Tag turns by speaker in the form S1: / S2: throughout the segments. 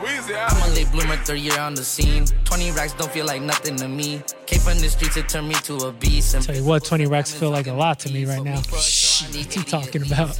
S1: Weezy out.
S2: I'm a late bloomer, third year on the scene. 20 racks don't feel like nothing to me. Came from the streets, it turned me to a beast. And
S3: Tell you what, 20 racks feel like a lot to me right now. What you talking about?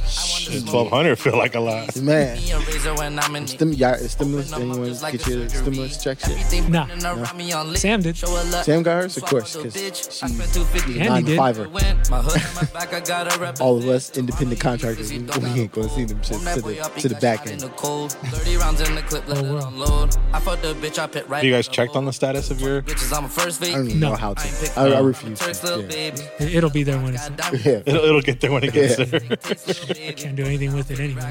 S4: Twelve hundred feel like a lot.
S5: Man,
S2: Me a razor when I'm in
S5: stim- y'all, it's stimulus. Anyone get your stimulus check shit?
S2: Everything
S3: Nah.
S2: running around me on lit.
S3: Sam did.
S2: Show a lot.
S5: Sam got hers, of
S2: Fuck
S5: course,
S2: with the
S5: 'cause
S2: bitch.
S5: she-
S2: I spent 250
S3: Andy
S5: Nine
S3: did.
S5: fiver.
S2: Went. My hood on my back, I gotta represent.
S5: All of us independent contractors, we, we ain't gonna see them shit
S2: Own that
S5: to
S2: boy
S5: the
S2: up, he
S5: to the
S2: got
S5: back
S2: shot in
S5: end.
S2: the cold. 30 rounds in the clip, let
S3: Oh,
S2: it
S3: wow.
S2: unload. I fucked the bitch, I pit right
S4: You
S2: in
S4: guys checked
S2: hole.
S4: on the status of your?
S2: Bitches, I'm a first
S5: I
S2: vape.
S5: don't even know how
S2: I ain't
S5: to.
S2: pick
S5: I, I
S2: up.
S5: refuse.
S2: Turks, little
S5: To.
S2: baby.
S3: It'll be there when it's.
S2: Got diamonds,
S5: Yeah. yeah.
S4: It'll, it'll get there when it gets
S5: Yeah.
S4: there.
S2: Turks, little baby.
S3: Can't do anything with it anyway.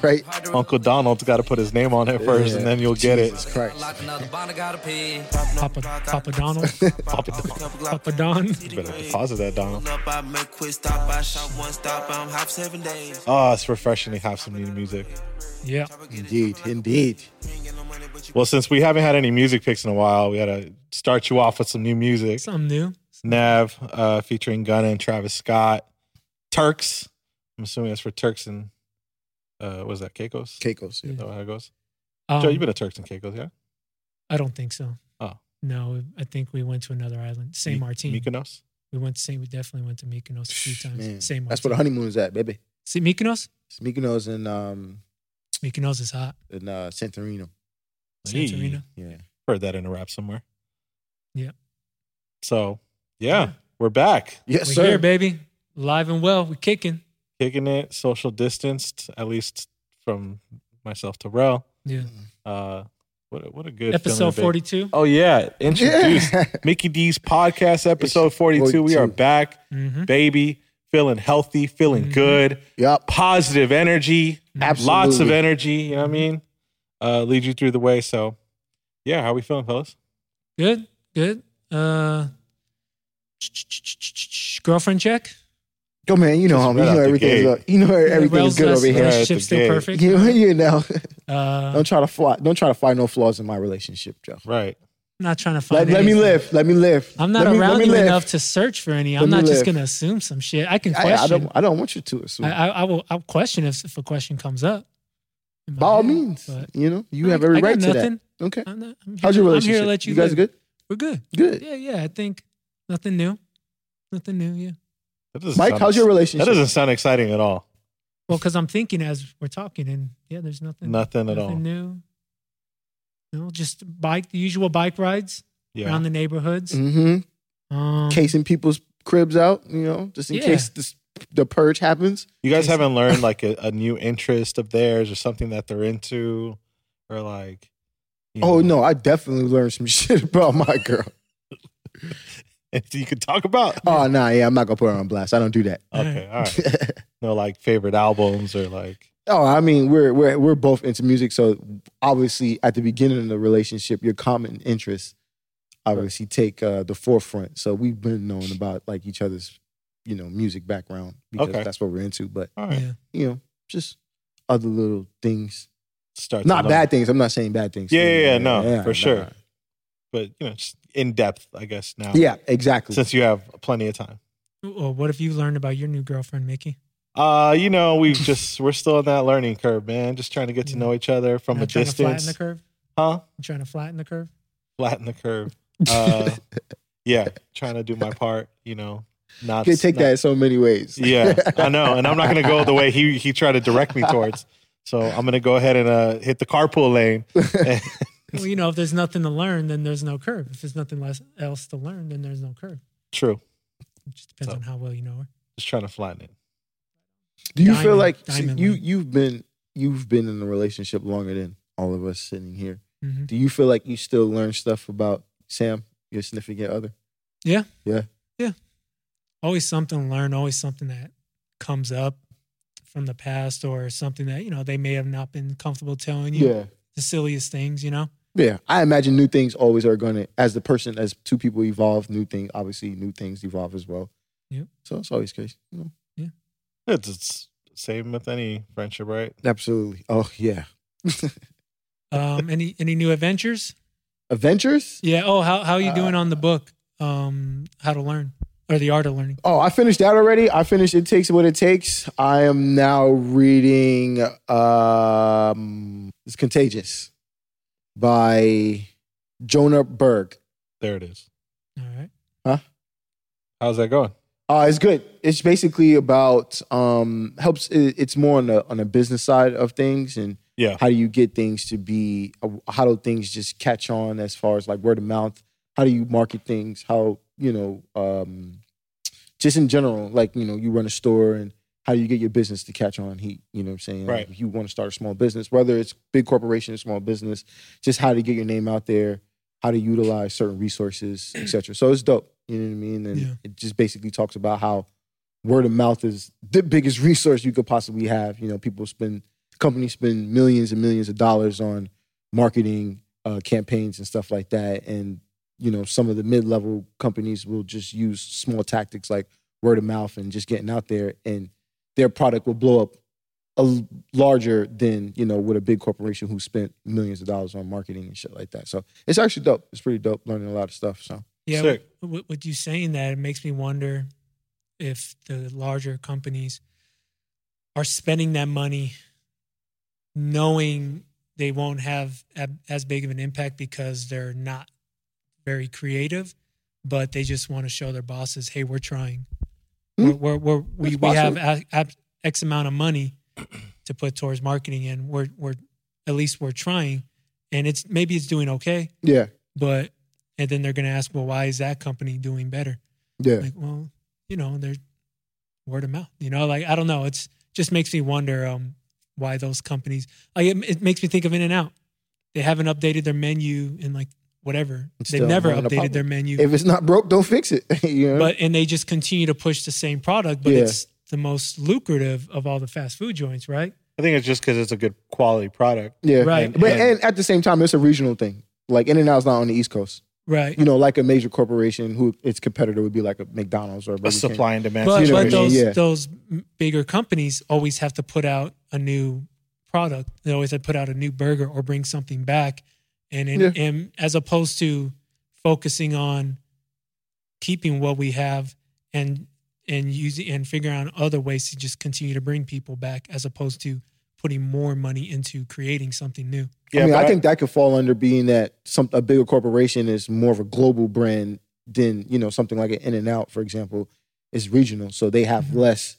S5: Right.
S4: Uncle Donald's got to put his name on it first, and then you'll get
S5: Jesus
S4: it.
S5: Christ.
S3: Papa, Papa Donald,
S4: Papa Donald.
S3: Papa Don.
S4: You better deposit that, Donald.
S1: Up, I make quick stop. I shot one stop. I'm hop seven days.
S4: Oh, it's refreshing to have some new music.
S3: Yeah.
S5: Indeed, indeed.
S4: Well, since we haven't had any music picks in a while, we got to start you off with some new music.
S3: Something new.
S4: Nav uh, featuring Gunna and Travis Scott. Turks. I'm assuming that's for Turks and, uh, was that Keikos?
S5: Keiko's.
S4: Is that how it goes?
S3: Um,
S4: Joe, you've been to Turks and Caicos, yeah?
S3: I don't think so.
S4: Oh.
S3: No, I think we went to another island. St.
S4: Mi-
S3: Martin.
S4: Mykonos?
S3: We went to St. We definitely went to Mykonos a few times.
S5: Man,
S3: St. Martin.
S5: that's where the honeymoon is at, baby.
S3: See, Mykonos?
S5: It's Mykonos and um
S3: Mykonos is hot.
S5: and uh, Santorino.
S3: Santorino.
S4: Hey,
S5: Yeah.
S4: Heard that in a rap somewhere.
S3: Yeah.
S4: So, yeah, we're back.
S5: Yes,
S3: We're
S5: sir.
S3: here, baby. Live and well. We're kicking.
S4: Kicking it, social distanced, at least from myself to Rel.
S3: Yeah.
S4: Uh, what, a- what a good feeling,
S3: Episode
S4: babe.
S3: 42.
S4: Oh, yeah. Introduced
S5: Yeah.
S4: Mickey D's podcast, episode 42. We are
S5: 42.
S4: back,
S3: Mm-hmm.
S4: baby. Feeling healthy, feeling good.
S5: Yep.
S4: positive energy,
S3: Mm-hmm.
S4: lots of
S5: Absolutely.
S4: energy. You know what I mean? Uh, lead you through the way. So, yeah, how we feeling, fellas?
S3: Good. Good. Uh, girlfriend check.
S5: Go man, you know, homie.
S4: Just right
S5: You know
S4: out the
S5: everything's
S4: gate.
S5: up. You know everything's
S3: Rel's
S5: good
S3: last
S5: over here.
S4: Right. at the
S3: Relationship still
S4: gate.
S3: perfect.
S5: You, you know.
S3: Uh,
S5: Don't try to fly, don't try to find no flaws in my relationship, Joe.
S4: Right.
S3: not trying to find.
S5: Let, let me
S3: anything.
S5: live. Let me live.
S3: I'm not
S5: Let me- let
S3: around
S5: me
S3: you
S5: live.
S3: enough to search for any.
S5: Let
S3: I'm
S5: me
S3: not just
S5: live.
S3: gonna assume some shit. I can
S5: I, I
S3: question.
S5: don't. I don't want you to assume.
S3: I, I, I will. I'll question if, if a question comes up. in my
S5: By all
S3: head,
S5: means,
S3: but
S5: you know, you
S3: I-
S5: have every
S3: I got
S5: right to that.
S3: nothing.
S5: Okay.
S3: I'm not, I'm here,
S5: How's your
S3: I'm
S5: relationship?
S3: here to let you,
S5: guys
S3: live.
S5: good?
S3: We're good.
S5: Good.
S3: Yeah, yeah. I think nothing new. Nothing new. Yeah.
S4: That doesn't
S5: Mike,
S4: sound-
S5: how's your
S4: That
S5: relationship?
S4: doesn't sound exciting at all.
S3: Well, because I'm thinking as we're talking, and yeah, there's nothing.
S4: Nothing at all.
S3: New. No, just bike the usual bike rides
S4: Yeah.
S3: around the neighborhoods.
S5: mm-hmm.
S3: Um,
S5: Casing people's cribs out, you know, just in
S3: Yeah.
S5: case this, the purge happens.
S4: you guys haven't learned like a, a new interest of theirs or something that they're into or like. you
S5: Oh
S4: know,
S5: no, I definitely learned some shit about my girl.
S4: if you could talk about.
S5: Oh nah, yeah, I'm not gonna put her on blast. I don't do that.
S4: Okay. All right. No, like favorite albums or like.
S5: Oh, I mean, we're we're we're both into music, so obviously at the beginning of the relationship, your common interests obviously take uh, the forefront. So we've been knowing about like each other's, you know, music background because
S4: Okay.
S5: that's what we're into. But
S4: All right.
S3: yeah.
S5: you know, just other little things,
S4: Start. to
S5: not
S4: learn.
S5: bad things. I'm not saying bad things.
S4: Yeah, yeah, yeah, no, for
S5: nah.
S4: sure. but you know, just in depth, I guess now.
S5: Yeah, exactly.
S4: Since you have plenty of time.
S3: Well, oh, what have you learned about your new girlfriend, Mickey?
S4: Uh, you know, we've just we're still on that learning curve, man. Just trying to get to know each other from
S3: Not
S4: a
S3: trying to flatten
S4: distance,
S3: the curve.
S4: huh?
S3: You trying to flatten the curve.
S4: Flatten the curve. Uh, yeah, trying to do my part. You know, not
S5: you can take
S4: not-
S5: that in so many ways.
S4: Yeah, I know, and I'm not gonna go the way he he tried to direct me towards. So I'm gonna go ahead and uh, hit the carpool lane.
S3: Well, you know, if there's nothing to learn, then there's no curve. If there's nothing less else to learn, then there's no curve.
S4: True.
S3: It just depends
S4: So-
S3: on how well you know her.
S4: Just trying to flatten it.
S5: Do you feel
S3: Diamond-
S5: like see,
S3: diamond
S5: you
S3: ring.
S5: you've been you've been in a relationship longer than all of us sitting here?
S3: Mhm.
S5: Do you feel like you still learn stuff about Sam, your significant other?
S3: Always something to learn. Always something that comes up from the past, or something that you know they may have not been comfortable telling you. The silliest things, you know.
S5: yeah. I imagine new things always are going to, as the person, as two people evolve, new things obviously new things evolve as well.
S3: Yep.
S5: So it's always case. You know?
S4: It's, it's same with any friendship, right?
S5: Absolutely. Oh yeah.
S3: Um, any any new adventures?
S5: Adventures.
S3: Yeah. Oh, how how are you
S5: Uh,
S3: doing on the book? Um, how to learn or the art of learning?
S5: Oh, I finished that already. I finished It Takes What It Takes. I am now reading um It's Contagious by Jonah Berg.
S4: There it is.
S3: All right.
S4: How's that going?
S5: Uh, it's good. It's basically about um, helps. it- It's more on the on the business side of things, and
S4: Yeah.
S5: how do you get things to be? uh, How do things just catch on as far as like word of mouth? How do you market things? How you know, um, just in general, like you know, you run a store, and how do you get your business to catch on heat? You know what I'm saying?
S4: Right.
S5: If you want to start a small business, whether it's big corporation or small business, just how to get your name out there, how to utilize certain resources, etc. So it's dope. You know what I mean? And
S3: Yeah.
S5: it just basically talks about how word of mouth is the biggest resource you could possibly have. You know, people spend companies spend millions and millions of dollars on marketing uh, campaigns and stuff like that, and you know some of the mid-level companies will just use small tactics like word of mouth and just getting out there, and their product will blow up a l- larger than you know with a big corporation who spent millions of dollars on marketing and shit like that. So it's actually dope. It's pretty dope. Learning a lot of stuff. So
S3: Yeah.
S4: Sick.
S3: With, with you saying that, it makes me wonder if the larger companies are spending that money knowing they won't have ab- as big of an impact because they're not very creative, but they just want to show their bosses, hey, we're trying.
S5: Hmm.
S3: We're, we're, we're, we,
S5: That's
S3: we have
S5: possible.
S3: a, ab- X amount of money to put towards marketing, and we're, we're at least we're trying. And it's maybe it's doing okay,
S5: yeah,
S3: but and then they're going to ask, well, why is that company doing better?
S5: yeah,
S3: Like, well, you know, they're word of mouth. You know, like I don't know. It's just makes me wonder um, why those companies. Like, it, it makes me think of In and Out. They haven't updated their menu in like whatever.
S5: It's
S3: They've
S5: still
S3: never
S5: not a
S3: updated
S5: problem.
S3: their menu,
S5: if it's not broke, don't fix it. you know?
S3: but and they just continue to push the same product, but
S5: Yeah.
S3: it's the most lucrative of all the fast food joints, right?
S4: I think it's just because it's a good quality product.
S5: yeah,
S3: Right.
S4: And-
S5: But
S4: and-
S5: and at the same time, it's a regional thing. Like In and Out's not on the East Coast.
S3: Right.
S5: You know, like a major corporation who its competitor would be like a McDonald's or a,
S4: a
S5: Burger King.
S4: supply and demand
S3: But,
S5: You know what I
S3: but
S5: mean?
S4: situation.
S3: those
S5: Yeah.
S3: those bigger companies always have to put out a new product. They always have to put out a new burger or bring something back, and and,
S5: Yeah.
S3: and as opposed to focusing on keeping what we have and and using and figuring out other ways to just continue to bring people back, as opposed to putting more money into creating something new.
S5: I mean,
S4: but
S5: I think that could fall under being that some a bigger corporation is more of a global brand than you know something like an In and Out, for example, is regional. So they have
S3: Mhm.
S5: less.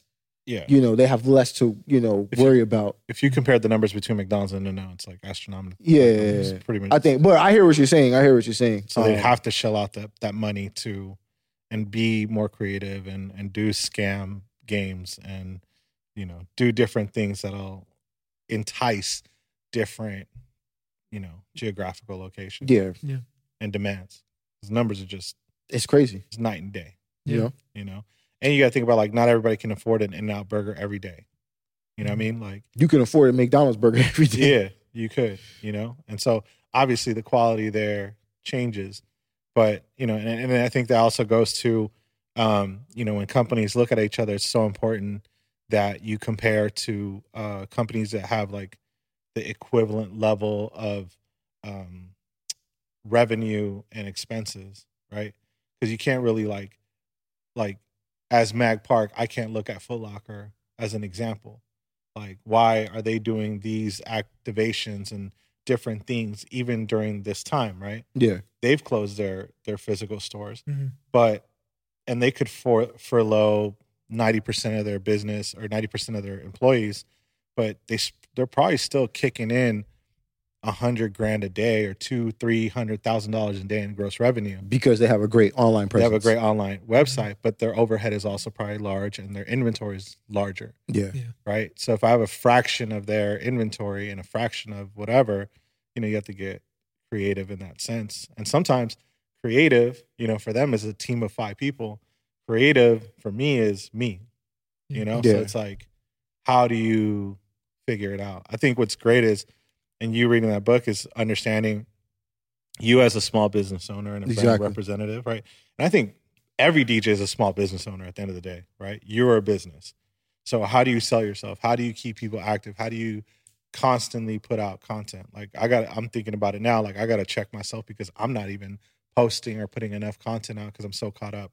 S4: yeah.
S5: You know, they have less to you know
S4: If you-
S5: worry about.
S4: If you compare the numbers between McDonald's and now, it's like astronomical.
S5: Yeah.
S4: It's pretty much.
S5: I think, but I hear what you're saying. I hear what you're saying.
S4: so. They
S5: Um,
S4: have to shell out that that money to, and be more creative and and do scam games and, you know, do different things that'll entice different, you know, geographical locations
S5: Yeah,
S4: and demands. Those numbers are just
S5: it's crazy.
S4: it's night and day.
S5: You
S3: Yeah.
S5: know,
S4: you know and you got to think about like not everybody can afford an in-out burger every day you know what i mean like
S5: you can afford a McDonald's burger every day.
S4: yeah you could you know and so obviously the quality there changes but you know and, and i think that also goes to um you know when companies look at each other it's so important that you compare to uh companies that have like the equivalent level of um revenue and expenses right because you can't really like like as mag park i can't look at foot locker as an example like why are they doing these activations and different things even during this time right
S5: yeah,
S4: they've closed their their physical stores
S3: Mhm.
S4: but and they could for, furlough 90% of their business or 90% of their employees but they s- they're probably still kicking in a hundred grand a day or two three hundred thousand dollars a day in gross revenue
S5: because they have a great online
S4: they
S5: presence.
S4: have a great online website but their overhead is also probably large and their inventory is larger
S5: Yeah,
S4: right? So if I have a fraction of their inventory and a fraction of whatever, you know, you have to get creative in that sense. And sometimes creative, you know, for them is a team of five people. Creative for me is me, you know?
S5: Yeah.
S4: So it's like, how do you figure it out? I think what's great is, and you reading that book is understanding you as a small business owner and a brand
S5: Exactly.
S4: representative, right? And I think every DJ is a small business owner at the end of the day, right? You're a business. So how do you sell yourself? How do you keep people active? How do you constantly put out content? Like I got I'm thinking about it now like I got to check myself because I'm not even posting or putting enough content out cuz I'm so caught up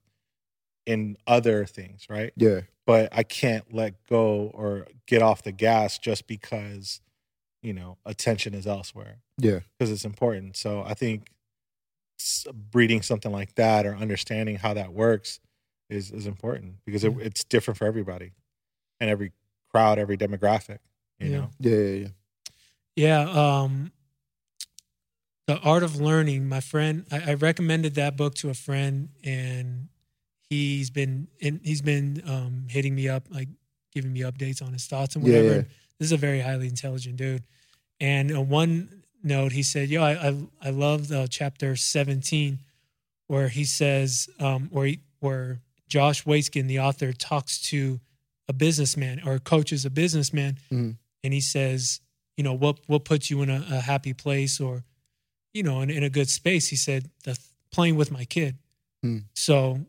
S4: in other things, right?
S5: yeah,
S4: But I can't let go or get off the gas just because you know attention is elsewhere
S5: Yeah.
S4: because it's important. So I think s- breeding something like that or understanding how that works is is important because it, it's different for everybody and every crowd, every demographic. You
S3: Yeah.
S4: know,
S5: Yeah, yeah, yeah.
S3: Yeah. Um, the Art of Learning. My friend, I, I recommended that book to a friend, and he's been and he's been um, hitting me up, like giving me updates on his thoughts and whatever.
S5: Yeah.
S3: And This is a very highly intelligent dude. And on one note, he said, "Yo, I I, I love uh, chapter seventeen, where he says, um, where he, where Josh Waitskin, the author, talks to a businessman or coaches a businessman,
S5: Mhm.
S3: and he says." you know what what puts you in a, a happy place or you know in, in a good space he said the th- playing with my kid
S5: Hmm.
S3: so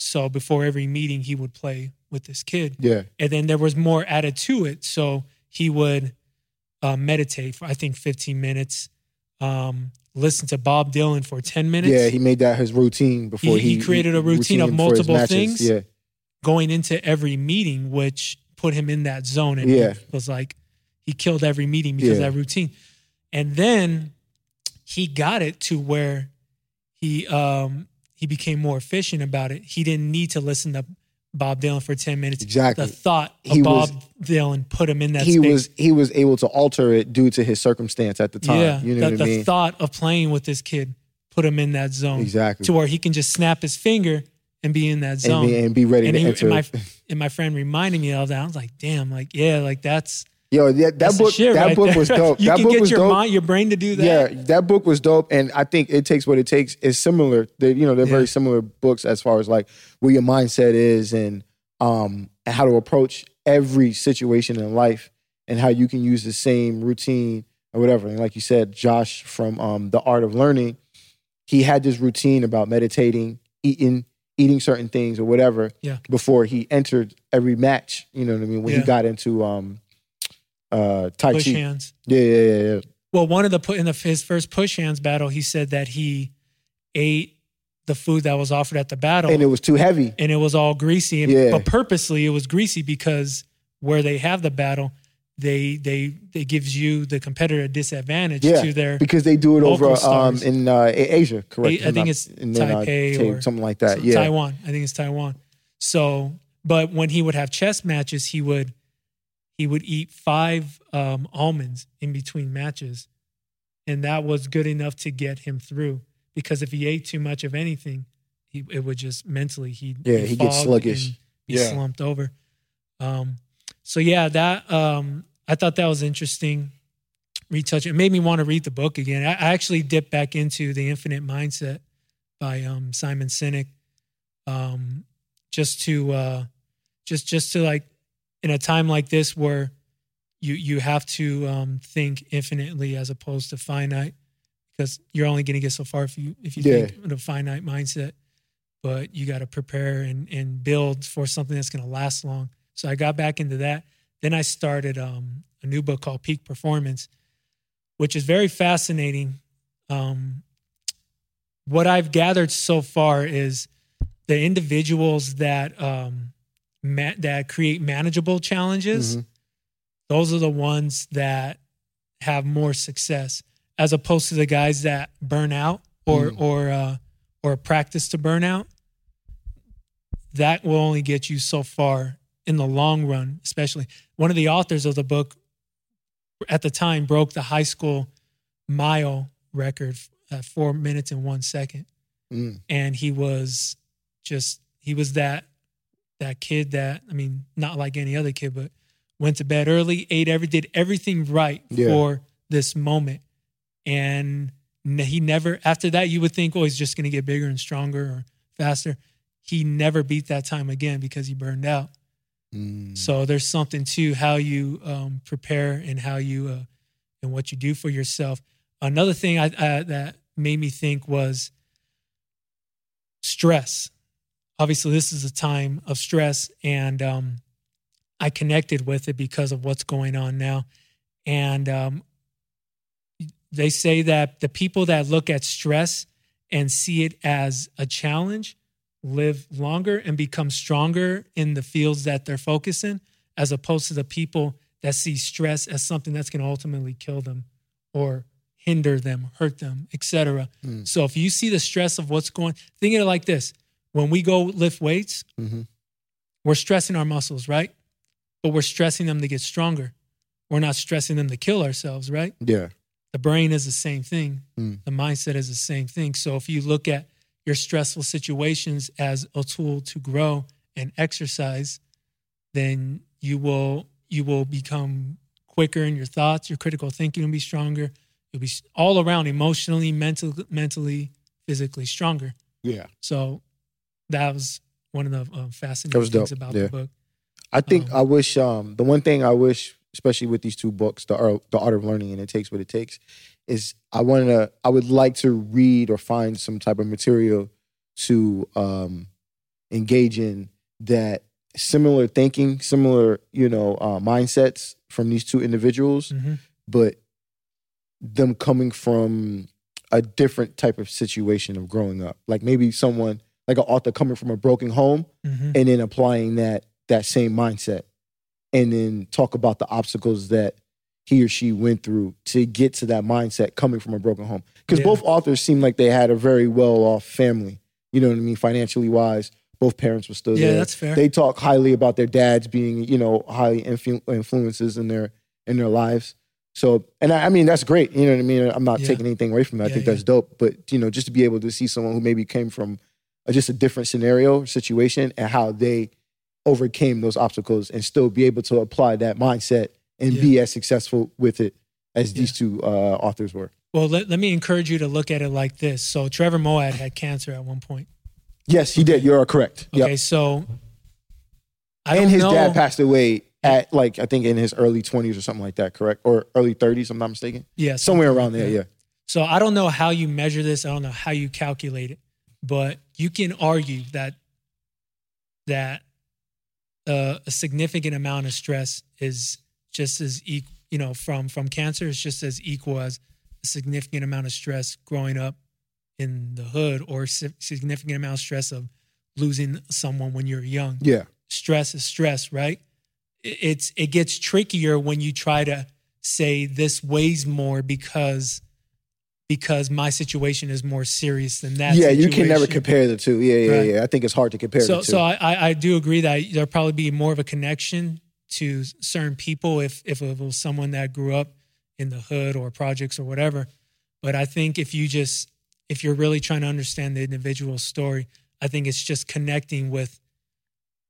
S3: so before every meeting he would play with this kid
S5: Yeah.
S3: and then there was more added to it so he would uh, meditate for i think 15 minutes um, listen to bob dylan for 10 minutes
S5: Yeah, he made that his routine before
S3: He-
S5: he
S3: he created a routine of
S5: for his
S3: multiple
S5: matches.
S3: things.
S5: Yeah,
S3: going into every meeting, which put him in that zone. And
S5: Yeah.
S3: it was like he killed every meeting because
S5: Yeah.
S3: of that routine. And then he got it to where he um he became more efficient about it. He didn't need to listen to Bob Dylan for 10 minutes.
S5: exactly.
S3: The thought of
S5: He
S3: Bob
S5: was-
S3: Dylan put him in that
S5: he
S3: space.
S5: was he was able to alter it due to his circumstance at the time.
S3: yeah.
S5: you know
S3: the,
S5: what I
S3: the
S5: mean?
S3: thought of playing with this kid put him in that zone.
S5: Exactly.
S3: To where he can just snap his finger and be in that zone.
S5: and, be, and be ready
S3: and,
S5: to
S3: he, and
S5: enter.
S3: my and my friend reminded me of that. I was like, damn, like yeah, like that's
S5: Yo, yeah, that
S3: that's some
S5: book
S3: shit
S5: that
S3: right
S5: book
S3: there.
S5: was dope.
S3: you
S5: that
S3: can
S5: book
S3: get
S5: was
S3: your
S5: dope.
S3: mind, your brain to do that.
S5: Yeah, that book was dope, and I think it takes what it takes. It's similar. They, you know, they're
S3: Yeah.
S5: very similar books as far as like where your mindset is and um and how to approach every situation in life and how you can use the same routine or whatever. And like you said, Josh from um the Art of Learning, he had this routine about meditating, eating, eating certain things or whatever
S3: Yeah.
S5: before he entered every match. You know what I mean? When
S3: Yeah.
S5: he got into um uh Tai
S3: push
S5: Chi.
S3: hands.
S5: Yeah, yeah, yeah, yeah.
S3: Well, one of the put in the his first push hands battle, he said that he ate the food that was offered at the battle,
S5: And it was too heavy.
S3: and it was all greasy. And,
S5: Yeah.
S3: But purposely, it was greasy because where they have the battle, they they they gives you the competitor a disadvantage
S5: Yeah,
S3: to their
S5: because they do it
S3: Local
S5: over um,
S3: stars.
S5: in uh, A- Asia, correct?
S3: I- I think it's
S5: And then, uh,
S3: Taipei
S5: Ta-
S3: or
S5: something like that.
S3: So
S5: yeah,
S3: Taiwan. I think it's Taiwan. So, but when he would have chess matches, he would he would eat five um, almonds in between matches, and that was good enough to get him through. Because if he ate too much of anything, he it would just mentally he
S5: Yeah, he gets sluggish.
S3: be
S4: Yeah.
S3: slumped over. Um, so yeah, that um, I thought that was interesting. Retouch it made me want to read the book again. I, I actually dipped back into the Infinite Mindset by um, Simon Sinek, um, just to uh, just just to like in a time like this where you you have to um, think infinitely as opposed to finite because you're only going to get so far if you if you
S5: Yeah.
S3: think in a finite mindset. But you got to prepare and and build for something that's going to last long. So I got back into that. Then I started um, a new book called Peak Performance, which is very fascinating. Um, what I've gathered so far is the individuals that um, ma- that create manageable challenges.
S5: Mhm.
S3: Those are the ones that have more success, as opposed to the guys that burn out or
S5: Mm.
S3: or uh, or practice to burn out. That will only get you so far in the long run. Especially one of the authors of the book at the time broke the high school mile record at four minutes and one second
S5: Mm.
S3: and he was just he was that that kid that I mean not like any other kid but went to bed early ate every did everything right
S5: Yeah.
S3: for this moment and n- he never after that you would think oh he's just going to get bigger and stronger or faster he never beat that time again because he burned out
S5: Mm.
S3: so there's something to how you um, prepare and how you uh, and what you do for yourself. Another thing I, I, that made me think was stress. Obviously, this is a time of stress, and um, I connected with it because of what's going on now. And um, they say that the people that look at stress and see it as a challenge live longer and become stronger in the fields that they're focusing, as opposed to the people that see stress as something that's going to ultimately kill them or hinder them, hurt them, etc.
S5: Mm.
S3: So if you see the stress of what's going, think of it like this: when we go lift weights,
S5: Mhm.
S3: we're stressing our muscles, right? But we're stressing them to get stronger. We're not stressing them to kill ourselves, right?
S5: Yeah.
S3: the brain is the same thing
S5: Mm.
S3: the mindset is the same thing so if you look at your stressful situations as a tool to grow and exercise then you will you will become quicker in your thoughts your critical thinking will be stronger you'll be s- all around emotionally mental, mentally physically stronger
S5: Yeah.
S3: so that was one of the um,
S5: That
S3: fascinating
S5: was
S3: things
S5: dope.
S3: about
S5: Yeah.
S3: the book
S5: I think
S3: Um,
S5: I wish um, the one thing I wish, especially with these two books, the Ar- the art of learning and it takes what it takes, is I want to. I would like to read or find some type of material to um, engage in that similar thinking, similar you know uh, mindsets from these two individuals,
S3: Mhm.
S5: but them coming from a different type of situation of growing up. Like maybe someone like an author coming from a broken home
S3: Mhm.
S5: and then applying that that same mindset and then talk about the obstacles that he or she went through to get to that mindset coming from a broken home because
S3: Yeah.
S5: both authors seem like they had a very well off family you know what i mean financially wise both parents were still
S3: yeah
S5: there
S3: that's fair
S5: they talk highly about their dads being you know highly influ- influences in their in their lives so and I, I mean that's great you know what i mean i'm not
S3: Yeah.
S5: taking anything away from that i
S3: Yeah,
S5: think
S3: yeah.
S5: that's dope but you know just to be able to see someone who maybe came from a, just a different scenario or situation and how they overcame those obstacles and still be able to apply that mindset and be as successful with it as these two uh, authors were
S3: well let, let me encourage you to look at it like this so trevor moad had cancer at one point
S5: yes he did you are correct
S3: Okay,
S5: yep.
S3: so I
S5: and
S3: don't
S5: his
S3: know.
S5: dad passed away at like i think in his early 20s or something like that correct or early 30s i'm not mistaken
S3: yeah,
S5: somewhere
S3: something
S5: around
S3: like
S5: there.
S3: that.
S5: Yeah,
S3: So I don't know how you measure this. I don't know how you calculate it, but you can argue that that uh, a significant amount of stress is just as equal, you know, from from cancer is just as equal as a significant amount of stress growing up in the hood or si- significant amount of stress of losing someone when you're young.
S5: yeah,
S3: stress is stress, right? It- It's it gets trickier when you try to say this weighs more because because my situation is more serious than that.
S5: yeah. You can never
S3: situation.
S5: compare the two. Yeah, yeah,
S3: Right.
S5: yeah. I think it's hard to compare
S3: So
S5: the two.
S3: so I I I do agree that there'll probably be more of a connection to certain people if if it was someone that grew up in the hood or projects or whatever. But I think if you just if you're really trying to understand the individual story, I think it's just connecting with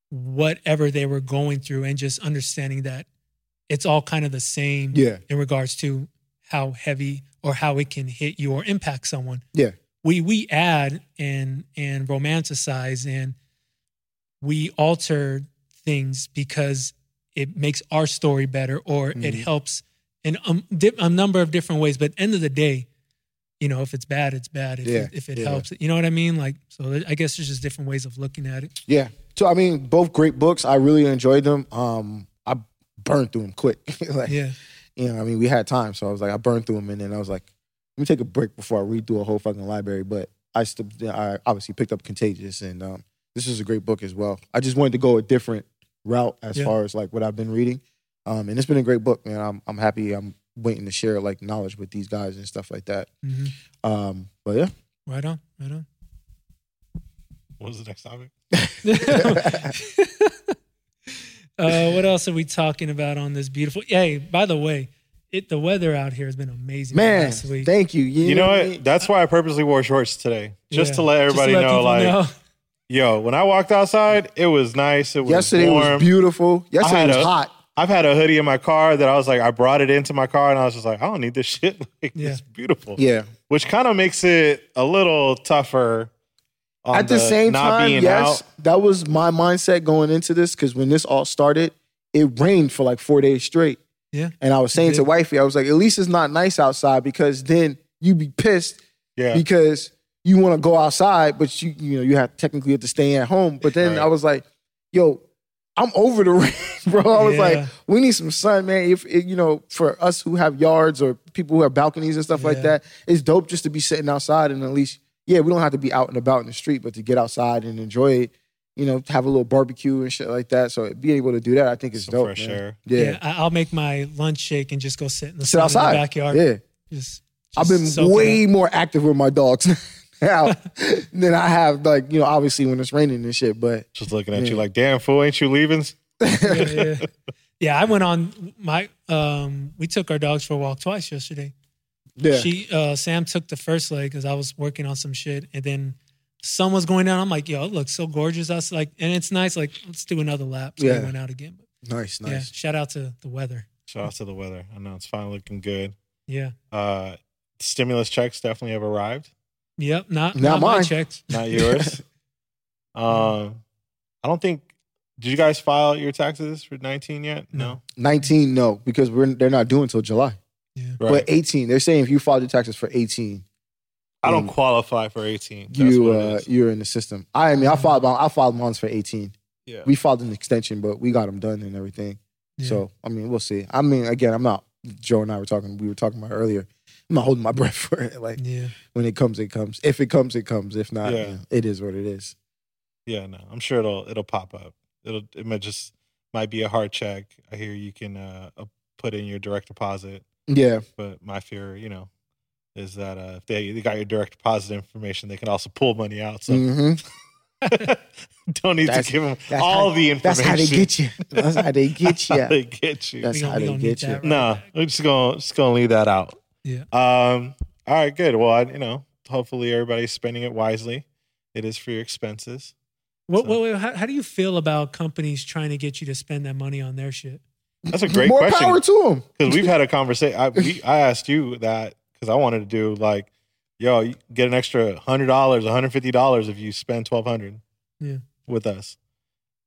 S3: whatever they were going through and just understanding that it's all kind of the same
S5: yeah,
S3: in regards to how heavy or how it can hit you or impact someone.
S5: Yeah.
S3: We we add and and romanticize and we alter things because it makes our story better or it
S5: Mhm.
S3: helps in um, di- a number of different ways. But end of the day, you know, if it's bad, it's bad. If
S5: Yeah,
S3: it, if it
S5: yeah.
S3: helps, you know what I mean. Like so, there- I guess there's just different ways of looking at it.
S5: yeah. So I mean, both great books. I really enjoyed them. Um, I burned through them quick. like,
S3: Yeah,
S5: you know, I mean, we had time, so I was like, I burned through them, and then I was like, let me take a break before I read through a whole fucking library. But I, st- I obviously picked up Contagious, and um, this is a great book as well. I just wanted to go a different route as
S3: Yeah.
S5: far as like what I've been reading, um, and it's been a great book, man. I'm I'm happy. I'm waiting to share like knowledge with these guys and stuff like that.
S3: hmm
S5: Um, but yeah.
S3: right on, right on.
S4: What was the next topic?
S3: uh, what else are we talking about on this beautiful? Hey, by the way, it the weather out here has been amazing
S5: Man,
S3: last week.
S5: thank you. You,
S4: You know
S5: I
S4: what?
S5: mean?
S4: That's why I purposely wore shorts today, just
S3: Yeah.
S4: to let everybody
S3: let
S4: know,
S3: people
S4: like, yo, when I walked outside, it was nice. It was
S5: Yesterday
S4: warm.
S5: was beautiful. Yesterday
S4: had
S5: was
S4: a-
S5: hot.
S4: I've had a hoodie in my car that I was like, I brought it into my car, and I was just like, I don't need this shit. Like,
S3: Yeah.
S4: it's beautiful.
S5: Yeah.
S4: Which kind of makes it a little tougher. on
S5: At the, same
S4: not
S5: time,
S4: being
S5: yes,
S4: out.
S5: that was my mindset going into this because when this all started, it rained for like four days straight.
S3: Yeah.
S5: And I was saying to
S3: did.
S5: wifey, I was like, at least it's not nice outside because then you be pissed
S4: Yeah.
S5: because you want to go outside, but you you know you have technically have to stay at home. But then
S4: Right.
S5: I was like, yo, I'm over the rain, bro. I was
S3: Yeah.
S5: like, we need some sun, man. If it, you know, for us who have yards or people who have balconies and stuff like
S3: Yeah.
S5: that, it's dope just to be sitting outside and at least, yeah, we don't have to be out and about in the street, but to get outside and enjoy it you know, have a little barbecue and shit like that. So being able to do that, I think is
S4: Some
S5: dope.
S4: fresh
S5: man.
S4: air.
S5: Yeah.
S3: I- I'll make my lunch shake and just go sit in the, sun in
S5: Sit
S3: the
S5: outside.
S3: backyard.
S5: Yeah.
S3: Just,
S5: I've
S3: just
S5: been
S3: soak it
S5: way
S3: up.
S5: more active with my dogs now than I have, like, you know, obviously when it's raining and shit. But
S4: Just looking at
S5: Yeah.
S4: you like, damn fool, ain't you leaving?
S3: yeah, yeah. yeah, I went on my um we took our dogs for a walk twice yesterday.
S5: yeah.
S3: She uh Sam took the first leg cuz I was working on some shit and then the sun was going down. I'm like, yo, it looks so gorgeous. I was like, and it's nice. Like, let's do another lap. So we
S5: Yeah.
S3: went out again. But
S5: nice,
S3: yeah,
S5: nice.
S3: shout out to the weather.
S4: Shout out to the weather. I know it's finally looking good.
S3: Yeah.
S4: Uh, stimulus checks definitely have arrived.
S3: Yep. Not
S5: Not
S3: not, my
S5: mine.
S3: checks.
S4: Not yours. um, I don't think. Did you guys file your taxes for 19 yet? No.
S5: 19, no, because we're they're not doing until July.
S4: Right.
S5: But 18, they're saying if you filed your taxes for 18,
S4: I don't qualify for 18. That's
S5: you
S4: what it
S5: uh,
S4: is. Mm.
S5: you're in the system. I mean, I filed my, I filed mine for 18.
S4: yeah.
S5: We filed an extension, but we got them done and everything.
S3: Yeah.
S5: So I mean, we'll see. I mean, again, I'm not. Joe and I were talking. We were talking about it earlier. I'm not holding my breath for it. Like
S3: Yeah.
S5: when it comes, it comes. If it comes, it comes. If not,
S4: Yeah.
S5: you know, it is what it is.
S4: Yeah, no, I'm sure it'll it'll pop up. It'll it might just might be a hard check. I hear you can uh, uh, put in your direct deposit,
S5: Yeah,
S4: but my fear, you know, is that uh, if they, they got your direct deposit information, they can also pull money out. So
S5: hmm
S4: don't need
S5: That's-
S4: to give them
S5: that's
S4: all
S5: how-
S4: the information.
S5: that's how they get you. That's how they get
S4: How
S5: you.
S4: they get you.
S5: That's
S3: We don't-
S5: how
S3: we
S5: they
S3: don't need
S5: get you.
S3: that right
S4: No,
S3: now.
S4: we're just gonna just gonna leave that out.
S3: Yeah.
S4: Um. All right. Good. Well, I, you know, hopefully everybody's spending it wisely. It is for your expenses.
S3: What,
S4: So-
S3: what, what- how, how do you feel about companies trying to get you to spend that money on their shit?
S4: That's a great
S5: More
S4: question.
S5: power to them.
S4: because we've had a conversation. I we, I asked you that because I wanted to do like, yo, you get an extra hundred dollars, one hundred fifty dollars if you spend twelve hundred,
S3: Yeah.
S4: with us.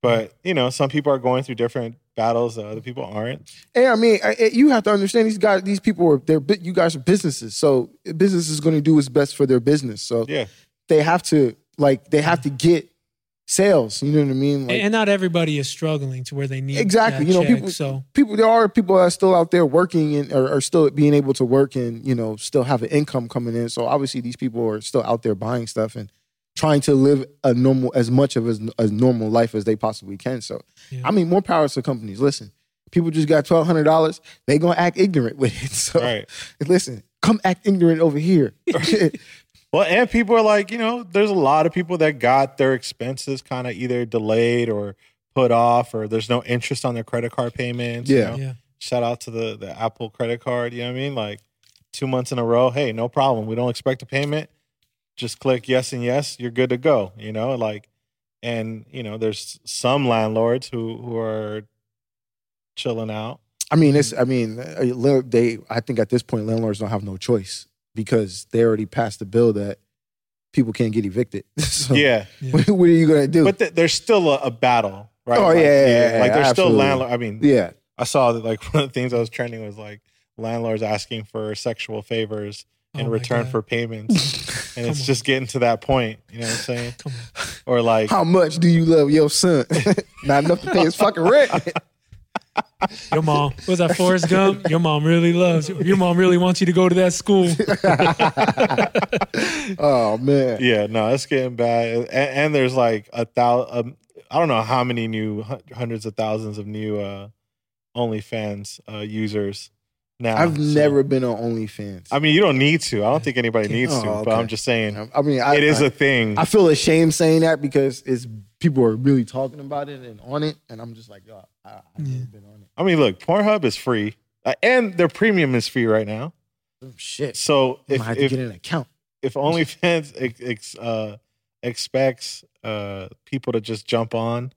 S4: But you know, some people are going through different battles that other people aren't.
S5: And I mean, I, I- you have to understand these guys. These people are they're bu- you guys are businesses, so business is going to do what's best for their business. So
S4: Yeah,
S5: they have to like they have to get sales. You know what I mean? Like,
S3: and not everybody is struggling to where they need
S5: Exactly,
S3: That
S5: you know,
S3: check,
S5: people-
S3: so
S5: people there are people that are still out there working and are, are still being able to work and you know still have an income coming in so obviously these people are still out there buying stuff and trying to live a normal as much of a, a normal life as they possibly can so
S3: Yeah.
S5: i mean more power to companies listen people just got $1200 they gonna act ignorant with it so
S4: right.
S5: listen come act ignorant over here
S4: Well, and people are like, you know, there's a lot of people that got their expenses kind of either delayed or put off, or there's no interest on their credit card payments. you
S5: Yeah.
S4: know?
S3: yeah,
S4: shout out to the the Apple credit card. You know what I mean? Like two months in a row. Hey, no problem. We don't expect a payment. Just click yes and yes. You're good to go. You know, like, and you know, there's some landlords who who are chilling out.
S5: I mean,
S4: Mm.
S5: it's. I mean, uh, lan- they. I think at this point, landlords don't have no choice because they already passed the bill that people can't get evicted. so
S4: Yeah,
S5: What, what are you gonna do?
S4: but th- there's still a, a battle, right?
S5: Oh,
S4: like,
S5: yeah, yeah, yeah,
S4: like there's still
S5: absolutely.
S4: landlord. I mean,
S5: yeah,
S4: I saw that like one of the things I was trending was like landlords asking for sexual favors in
S3: Oh my
S4: return
S3: God.
S4: for payments, and
S3: Come
S4: it's
S3: on.
S4: just getting to that point. You know what I'm saying?
S3: Come on.
S4: Or like
S5: how much do you love your son? Not enough to pay his fucking rent.
S3: Your mom what was that Forrest Gump. Your mom really loves you. Your mom really wants you to go to that school.
S5: oh man,
S4: Yeah, no, it's getting bad. And, and there's like a thousand, um, I don't know how many new hun- hundreds of thousands of new uh, OnlyFans uh, users now.
S5: I've
S4: So-
S5: never been on OnlyFans.
S4: I mean, you don't need to. I don't think anybody needs to.
S5: Oh,
S4: But
S5: okay.
S4: I'm just saying,
S5: I mean, I,
S4: it is
S5: I,
S4: a thing.
S5: I feel ashamed saying that because it's people are really talking about it and on it, and I'm just like, oh, I, I've never been on it.
S4: I mean, look, Pornhub is free, uh, and their premium is free right now.
S5: Oh, shit,
S4: So
S5: I'm
S4: if
S5: gonna have to
S4: if,
S5: get an account.
S4: if OnlyFans ex, ex, uh, expects uh, people to just jump on,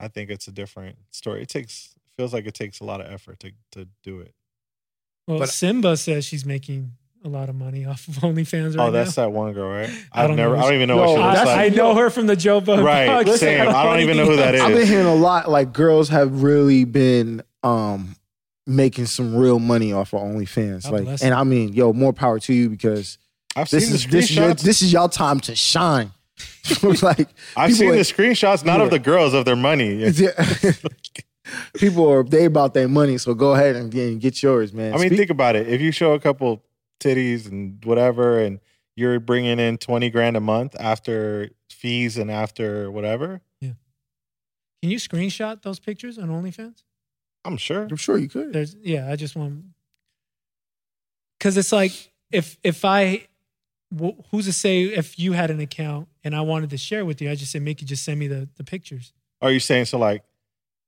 S4: I think it's a different story. It takes feels like it takes a lot of effort to to do it.
S3: Well,
S5: But-
S3: Simba says she's making a lot of money off of OnlyFans right
S4: oh, that's
S3: now.
S4: that one girl, right?
S3: I
S4: I've
S3: don't
S4: never,
S3: know
S4: I don't
S3: who-
S4: even know
S5: No,
S4: what she looks
S3: I, I
S4: like.
S3: know her from the Joe Bug.
S4: Right,
S3: podcast.
S4: same. I don't even know who that is.
S5: I've been hearing a lot like girls have really been um making some real money off of OnlyFans.
S3: God
S5: like
S3: bless
S5: and I mean, yo, more power to you because
S4: I've
S5: this
S4: seen the
S5: is this is your,
S4: screenshots.
S5: this is y'all time to shine. like
S4: I've
S5: people
S4: seen
S5: are-
S4: the screenshots, not of the girls, of their money.
S5: people are they about their money, so go ahead and get, and get yours, man.
S4: I mean,
S5: Speak-
S4: think about it. If you show a couple titties and whatever, and you're bringing in twenty grand a month after fees and after whatever,
S3: Yeah. Can you screenshot those pictures on OnlyFans?
S4: I'm sure.
S5: I'm sure you could.
S3: There's yeah, I just want because it's like if if I wh- who's to say if you had an account and I wanted to share with you, I just said Mickey, just send me the the pictures.
S4: Are you saying so? Like,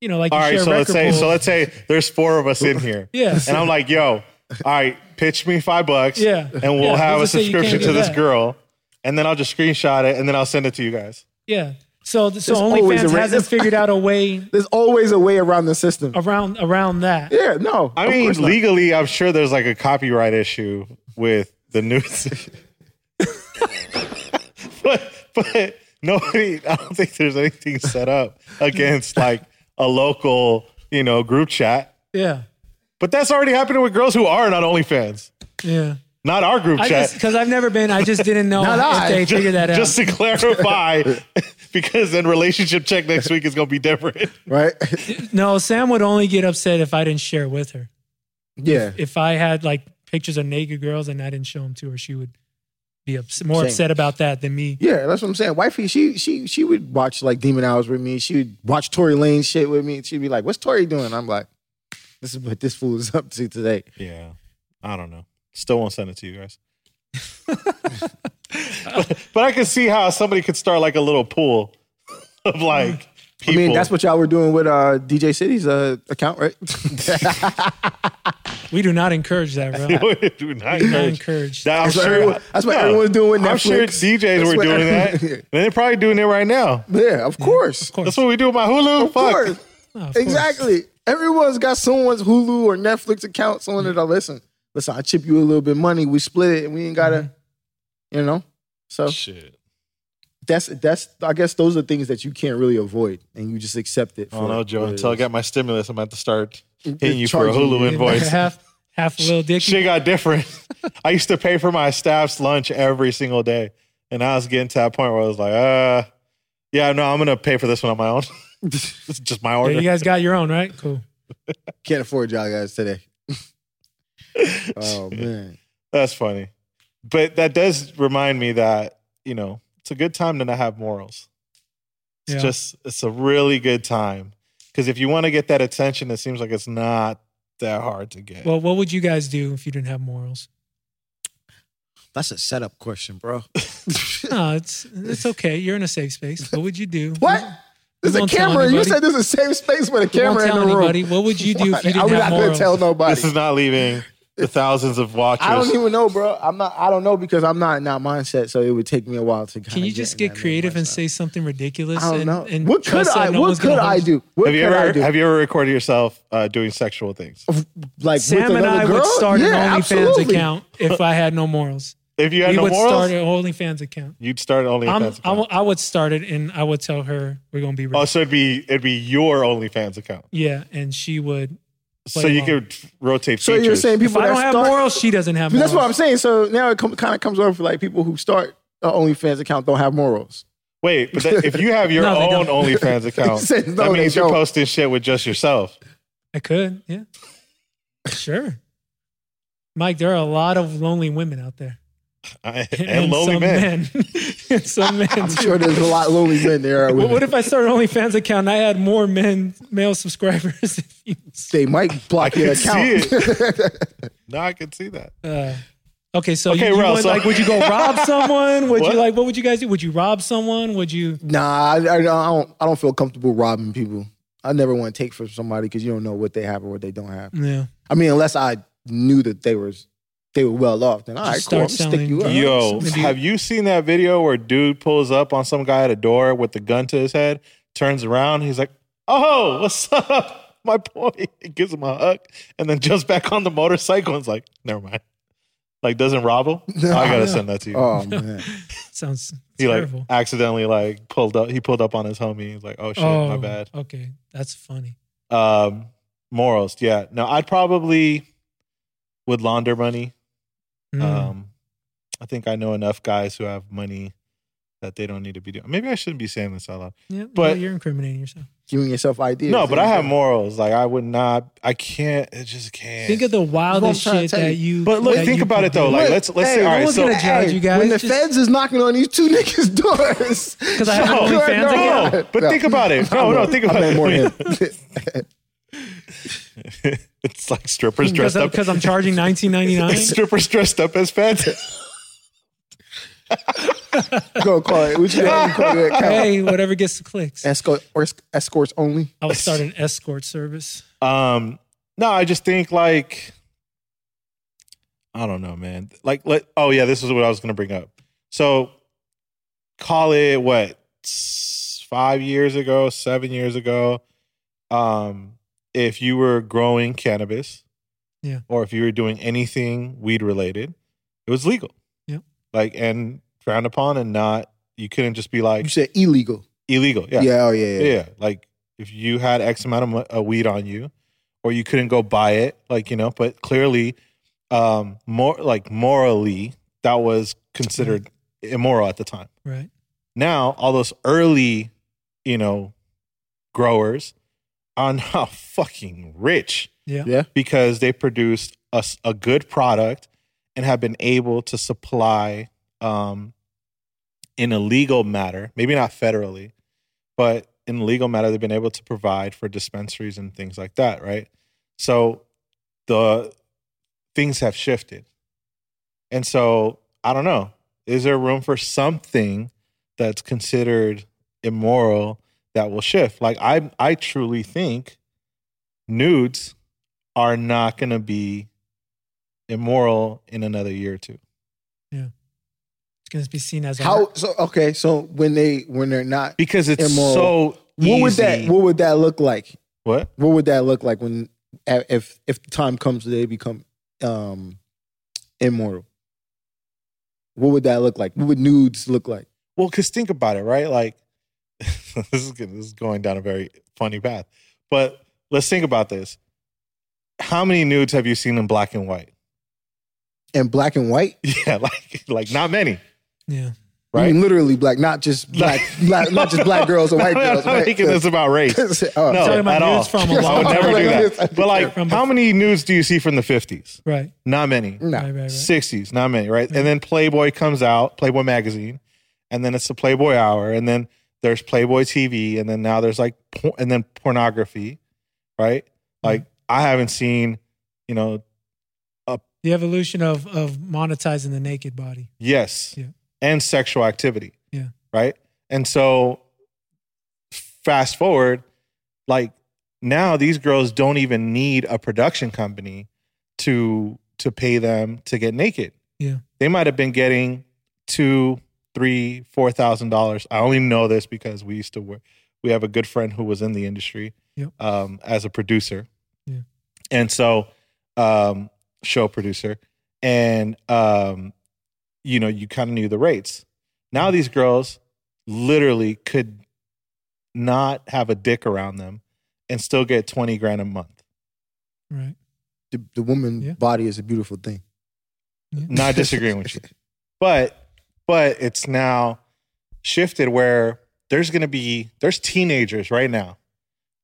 S3: You know, like
S4: all
S3: you
S4: right.
S3: share
S4: So let's
S3: record
S4: say, so
S3: pools.
S4: let's say there's four of us in here,
S3: yeah
S4: and I'm like, yo, all right, pitch me five bucks,
S3: yeah
S4: and we'll
S3: Yeah,
S4: have a
S3: let's just say you can't
S4: subscription
S3: do
S4: to this
S3: that.
S4: girl, and then I'll just screenshot it, and then I'll send it to you guys.
S3: yeah. So so
S5: There's always a
S3: OnlyFans
S5: ra-
S3: hasn't
S5: there's-
S3: figured out a way
S5: There's always a way around the system.
S3: around around that.
S5: Yeah, no.
S4: Um, I
S5: of
S4: mean,
S5: course not.
S4: legally, I'm sure there's like a copyright issue with the news, but but nobody. I don't think there's anything set up against like a local, you know, group chat.
S3: Yeah.
S4: But that's already happening with girls who aren't on OnlyFans.
S3: Yeah.
S4: Not our group
S3: I
S4: chat.
S3: just because I've never been, I just didn't know
S5: Not
S3: if
S5: I.
S3: they
S4: just,
S3: figured that out.
S4: just to clarify, because then relationship check next week is going to be different.
S5: right?
S3: no, Sam would only get upset if I didn't share with her.
S5: yeah.
S3: If I had like pictures of naked girls and I didn't show them to her, she would be ups- more
S5: Same.
S3: upset about that than me.
S5: Yeah, that's what I'm saying. Wifey, she she she would watch like Demon Hours with me. She would watch Tory Lane shit with me. She'd be like, "What's Tory doing?" I'm like, "This is what this fool is up to today."
S4: Yeah, I don't know. Still won't send it to you guys. but, but I can see how somebody could start like a little pool of like people.
S5: I mean, that's what y'all were doing with uh, DJ City's uh, account, right?
S3: We do not encourage that, bro.
S4: do not
S3: not
S4: encourage.
S3: encouraged.
S4: That- I'm
S5: That's what
S4: sure-
S5: everyone- that's what everyone's doing with
S4: I'm sure
S5: Netflix.
S4: DJs
S5: That's
S4: were
S5: what
S4: doing that.
S5: everyone-
S4: And they're probably doing it right now.
S5: yeah, of course,
S3: course.
S4: That's what we do with my Hulu.
S5: of
S4: Fuck.
S5: course,
S3: No, of course.
S5: exactly. Everyone's got someone's Hulu or Netflix account. Someone that'll Oh, listen. Listen, I chip you a little bit of money. We split it, and we ain't gotta,
S4: Mm-hmm.
S5: you know. So
S4: Shit.
S5: that's that's I guess those are things that you can't really avoid, and you just accept it.
S4: I don't know, Joe.
S5: what it
S4: Until I
S5: is.
S4: get my stimulus, I'm going to have to start hitting you for a
S5: Charging
S4: Hulu
S5: you.
S4: invoice.
S3: Half, half a little dicky.
S4: Shit got different. I used to pay for my staff's lunch every single day. And I was getting to that point where I was like, uh, yeah, no, I'm going to pay for this one on my own. it's just my
S3: Yeah,
S4: order.
S3: you guys got your own, right? Cool.
S5: can't afford y'all guys today. oh man,
S4: That's funny. But that does remind me that, you know, it's a good time to not have morals. It's
S3: Yeah.
S4: just, it's a really good time. Because if you want to get that attention, it seems like it's not that hard to get.
S3: Well, what would you guys do if you didn't have morals?
S5: that's a setup question, bro.
S3: No, it's it's okay. You're in a safe space. What would you do?
S5: what? There's a
S3: won't tell
S5: camera. You
S3: anybody.
S5: said there's a safe space with a
S3: We won't
S5: camera in
S3: tell
S5: the room.
S3: anybody. What would you do
S5: What?
S3: if you
S5: I'm
S3: didn't
S5: not
S3: have
S5: gonna
S3: morals?
S5: tell nobody.
S4: this is not leaving the thousands of watchers.
S5: I don't even know, bro. I'm not. I don't know because I'm not in that mindset. So it would take me a while to.
S3: Can you just get creative and say something ridiculous?
S5: I don't
S3: and,
S5: know.
S3: And
S5: what could
S3: trust that
S5: I?
S3: no one's
S5: what
S3: gonna
S5: could I
S3: hold
S5: do? What
S4: have you
S5: could
S4: ever
S5: I do?
S4: have you ever recorded yourself uh, doing sexual things?
S5: like
S3: Sam
S5: with
S3: and
S5: another
S3: I
S5: girl?
S3: would start
S5: yeah,
S3: an OnlyFans
S5: absolutely.
S3: account if I had no morals.
S4: If you had
S3: we
S4: no
S3: would
S4: morals,
S3: start an OnlyFans account.
S4: you'd start an
S3: I'm,
S4: OnlyFans
S3: I, w-
S4: account.
S3: I would start it and I would tell her we're gonna be rich.
S4: oh, so it'd be it'd be your OnlyFans account,
S3: yeah, and she would.
S4: so
S3: Play
S4: you
S3: along.
S4: could rotate.
S5: So
S4: features.
S5: you're saying
S3: If
S5: people
S3: I
S5: that
S3: don't have
S5: start,
S3: morals, she doesn't have.
S5: But
S3: Morals.
S5: that's what I'm saying. So now it com- kind of comes over for like people who start uh, OnlyFans account don't have morals.
S4: wait, but that, if you have your
S3: No, they
S4: own
S3: don't.
S4: OnlyFans account,
S5: He says,
S4: that
S5: "No,
S4: means
S5: they
S4: you're
S5: don't."
S4: posting shit with just yourself.
S3: I could. Yeah. Sure. Mike, there are a lot of lonely women out there,
S4: and, lonely
S3: some
S4: men.
S3: and some men.
S5: I'm
S3: too.
S5: sure there's a lot of lonely men there.
S3: What, what if I started an OnlyFans account and I had more men, male subscribers? If you,
S5: they might block
S4: I
S5: your
S4: can see
S5: account?
S4: No, I can see that.
S3: uh, okay, so
S4: Okay,
S3: you, you
S4: Ralph,
S3: went,
S4: so-
S3: like, would you go rob someone? Would
S4: What?
S3: you like, what would you guys do? Would you rob someone? Would you?
S5: nah, I, I don't. I don't feel comfortable robbing people. I never want to take from somebody because you don't know what they have or what they don't have.
S3: Yeah.
S5: I mean, unless I knew that they were they were well off, then all right,
S3: Just
S5: cool. I'm
S3: start
S5: stick you up.
S3: selling-
S4: Yo,
S3: Maybe-
S4: have you seen that video where dude pulls up on some guy at a door with the gun to his head, turns around, he's like, "Oh, what's up, my boy?" It gives him a hug, and then jumps back on the motorcycle and's like, "Never mind." Like doesn't rob him.
S5: No.
S4: I gotta send that to you.
S5: Oh man,
S3: Sounds
S4: he like
S3: terrible.
S4: accidentally like pulled up. He pulled up on his homie. He's like, "Oh shit,
S3: oh,
S4: my bad."
S3: Okay. That's funny.
S4: Um, morals, yeah. No, I'd probably would launder money.
S3: Mm.
S4: Um, I think I know enough guys who have money that they don't need to be doing. Maybe I shouldn't be saying this out loud.
S3: Yeah,
S4: But-
S3: well, you're incriminating yourself.
S5: giving yourself ideas.
S4: No, but I have morals. Like I would not. I can't. It just can't.
S3: Think of the wildest
S5: trying to
S3: shit
S5: tell
S3: that
S5: you.
S3: you.
S4: But look,
S3: that
S4: think
S3: you
S4: about
S3: could
S4: it, though.
S3: do.
S4: Like, let's- let's
S5: hey,
S4: say- all right,
S5: no one's
S4: so-
S5: gonna
S3: Hey,
S5: judge you guys.
S3: guys,
S5: When the
S3: just-
S5: feds is knocking on these two niggas' doors, because
S3: I have
S4: No,
S3: only fans
S4: no,
S3: again.
S4: but think about it. No, no, think about
S5: more than
S4: it.
S5: him.
S4: it's like strippers
S3: because
S4: dressed
S3: I'm,
S4: up.
S3: because I'm charging 19.99.
S4: strippers dressed up as feds.
S5: Go call it. What you name? You call it that?
S3: hey, whatever gets the clicks.
S5: Escort or escorts only.
S3: I would start an escort service.
S4: Um, no, I just think like I don't know, man. Like, let oh yeah, this is what I was gonna bring up. So, call it what s- five years ago, seven years ago. Um, if you were growing cannabis,
S3: Yeah.
S4: or if you were doing anything weed related, it was legal.
S3: Yep.
S4: like and frowned upon and not. You couldn't just be
S5: You
S4: like
S5: said illegal.
S4: illegal.
S5: Yeah. oh yeah.
S4: yeah.
S5: Yeah.
S4: Like if you had X amount of mo- uh, weed on you, or you couldn't go buy it, like you know. But clearly, um, more like morally, that was considered immoral at the time.
S3: Right.
S4: Now, all those early, you know, growers are now fucking rich
S3: Yeah.
S5: Yeah.
S4: because they produced a, s- a good product and have been able to supply um, in a legal matter, maybe not federally, but in a legal matter, they've been able to provide for dispensaries and things like that, right? So the things have shifted. And so I don't know. Is there room for something that's considered immoral that will shift? Like I I truly think nudes are not going to be immoral in another year or two.
S3: It's going to be seen as
S5: How? So okay. So when they when they're not,
S4: Because it's
S5: Immoral.
S4: so
S5: what would that
S4: easy-
S5: what would that look like?
S4: what?
S5: What would that look like when if if the time comes they become um immortal? What would that look like? What would nudes look like?
S4: Well, because think about it, right? Like this is good- this is going down a very funny path, but let's think about this. How many nudes have you seen in black and white?
S5: And black and white?
S4: Yeah, like like not many,
S3: Yeah.
S5: I
S4: right?
S5: mean, literally black, not just black, black not just black girls or white
S4: No,
S5: girls.
S4: I'm not
S5: right?
S4: making this about race.
S5: Oh,
S4: No,
S3: Talking about
S4: at all.
S3: nudes from a
S4: I would
S3: long
S4: never
S3: time
S4: do
S5: ago.
S4: that. But like,
S3: From
S4: how
S3: before.
S4: many nudes do you see from the fifties?
S3: Right.
S4: Not many.
S5: no.
S3: Right, right, right.
S4: 60s, not many, right? And then Playboy comes out, Playboy magazine, and then it's the Playboy hour, and then there's Playboy TV, and then now there's like, por- and then pornography, right?
S3: Mm-hmm.
S4: Like, I haven't seen, you know,
S3: The evolution of, of monetizing the naked body.
S4: yes,
S3: Yeah.
S4: and sexual activity,
S3: Yeah.
S4: right? And so, fast forward, like now these girls don't even need a production company to to pay them to get naked.
S3: Yeah.
S4: they might have been getting two, three, four thousand dollars. I only know this because we used to work. We have a good friend who was in the industry
S3: Yep.
S4: um, as a producer,
S3: Yeah.
S4: and so um, show producer, and um, you know you kind of knew the rates. Now these girls literally could not have a dick around them and still get twenty grand a month.
S3: Right.
S5: The, the woman
S3: Yeah.
S5: body is a beautiful thing.
S4: not disagreeing with you. But but it's now shifted where there's going to be there's teenagers right now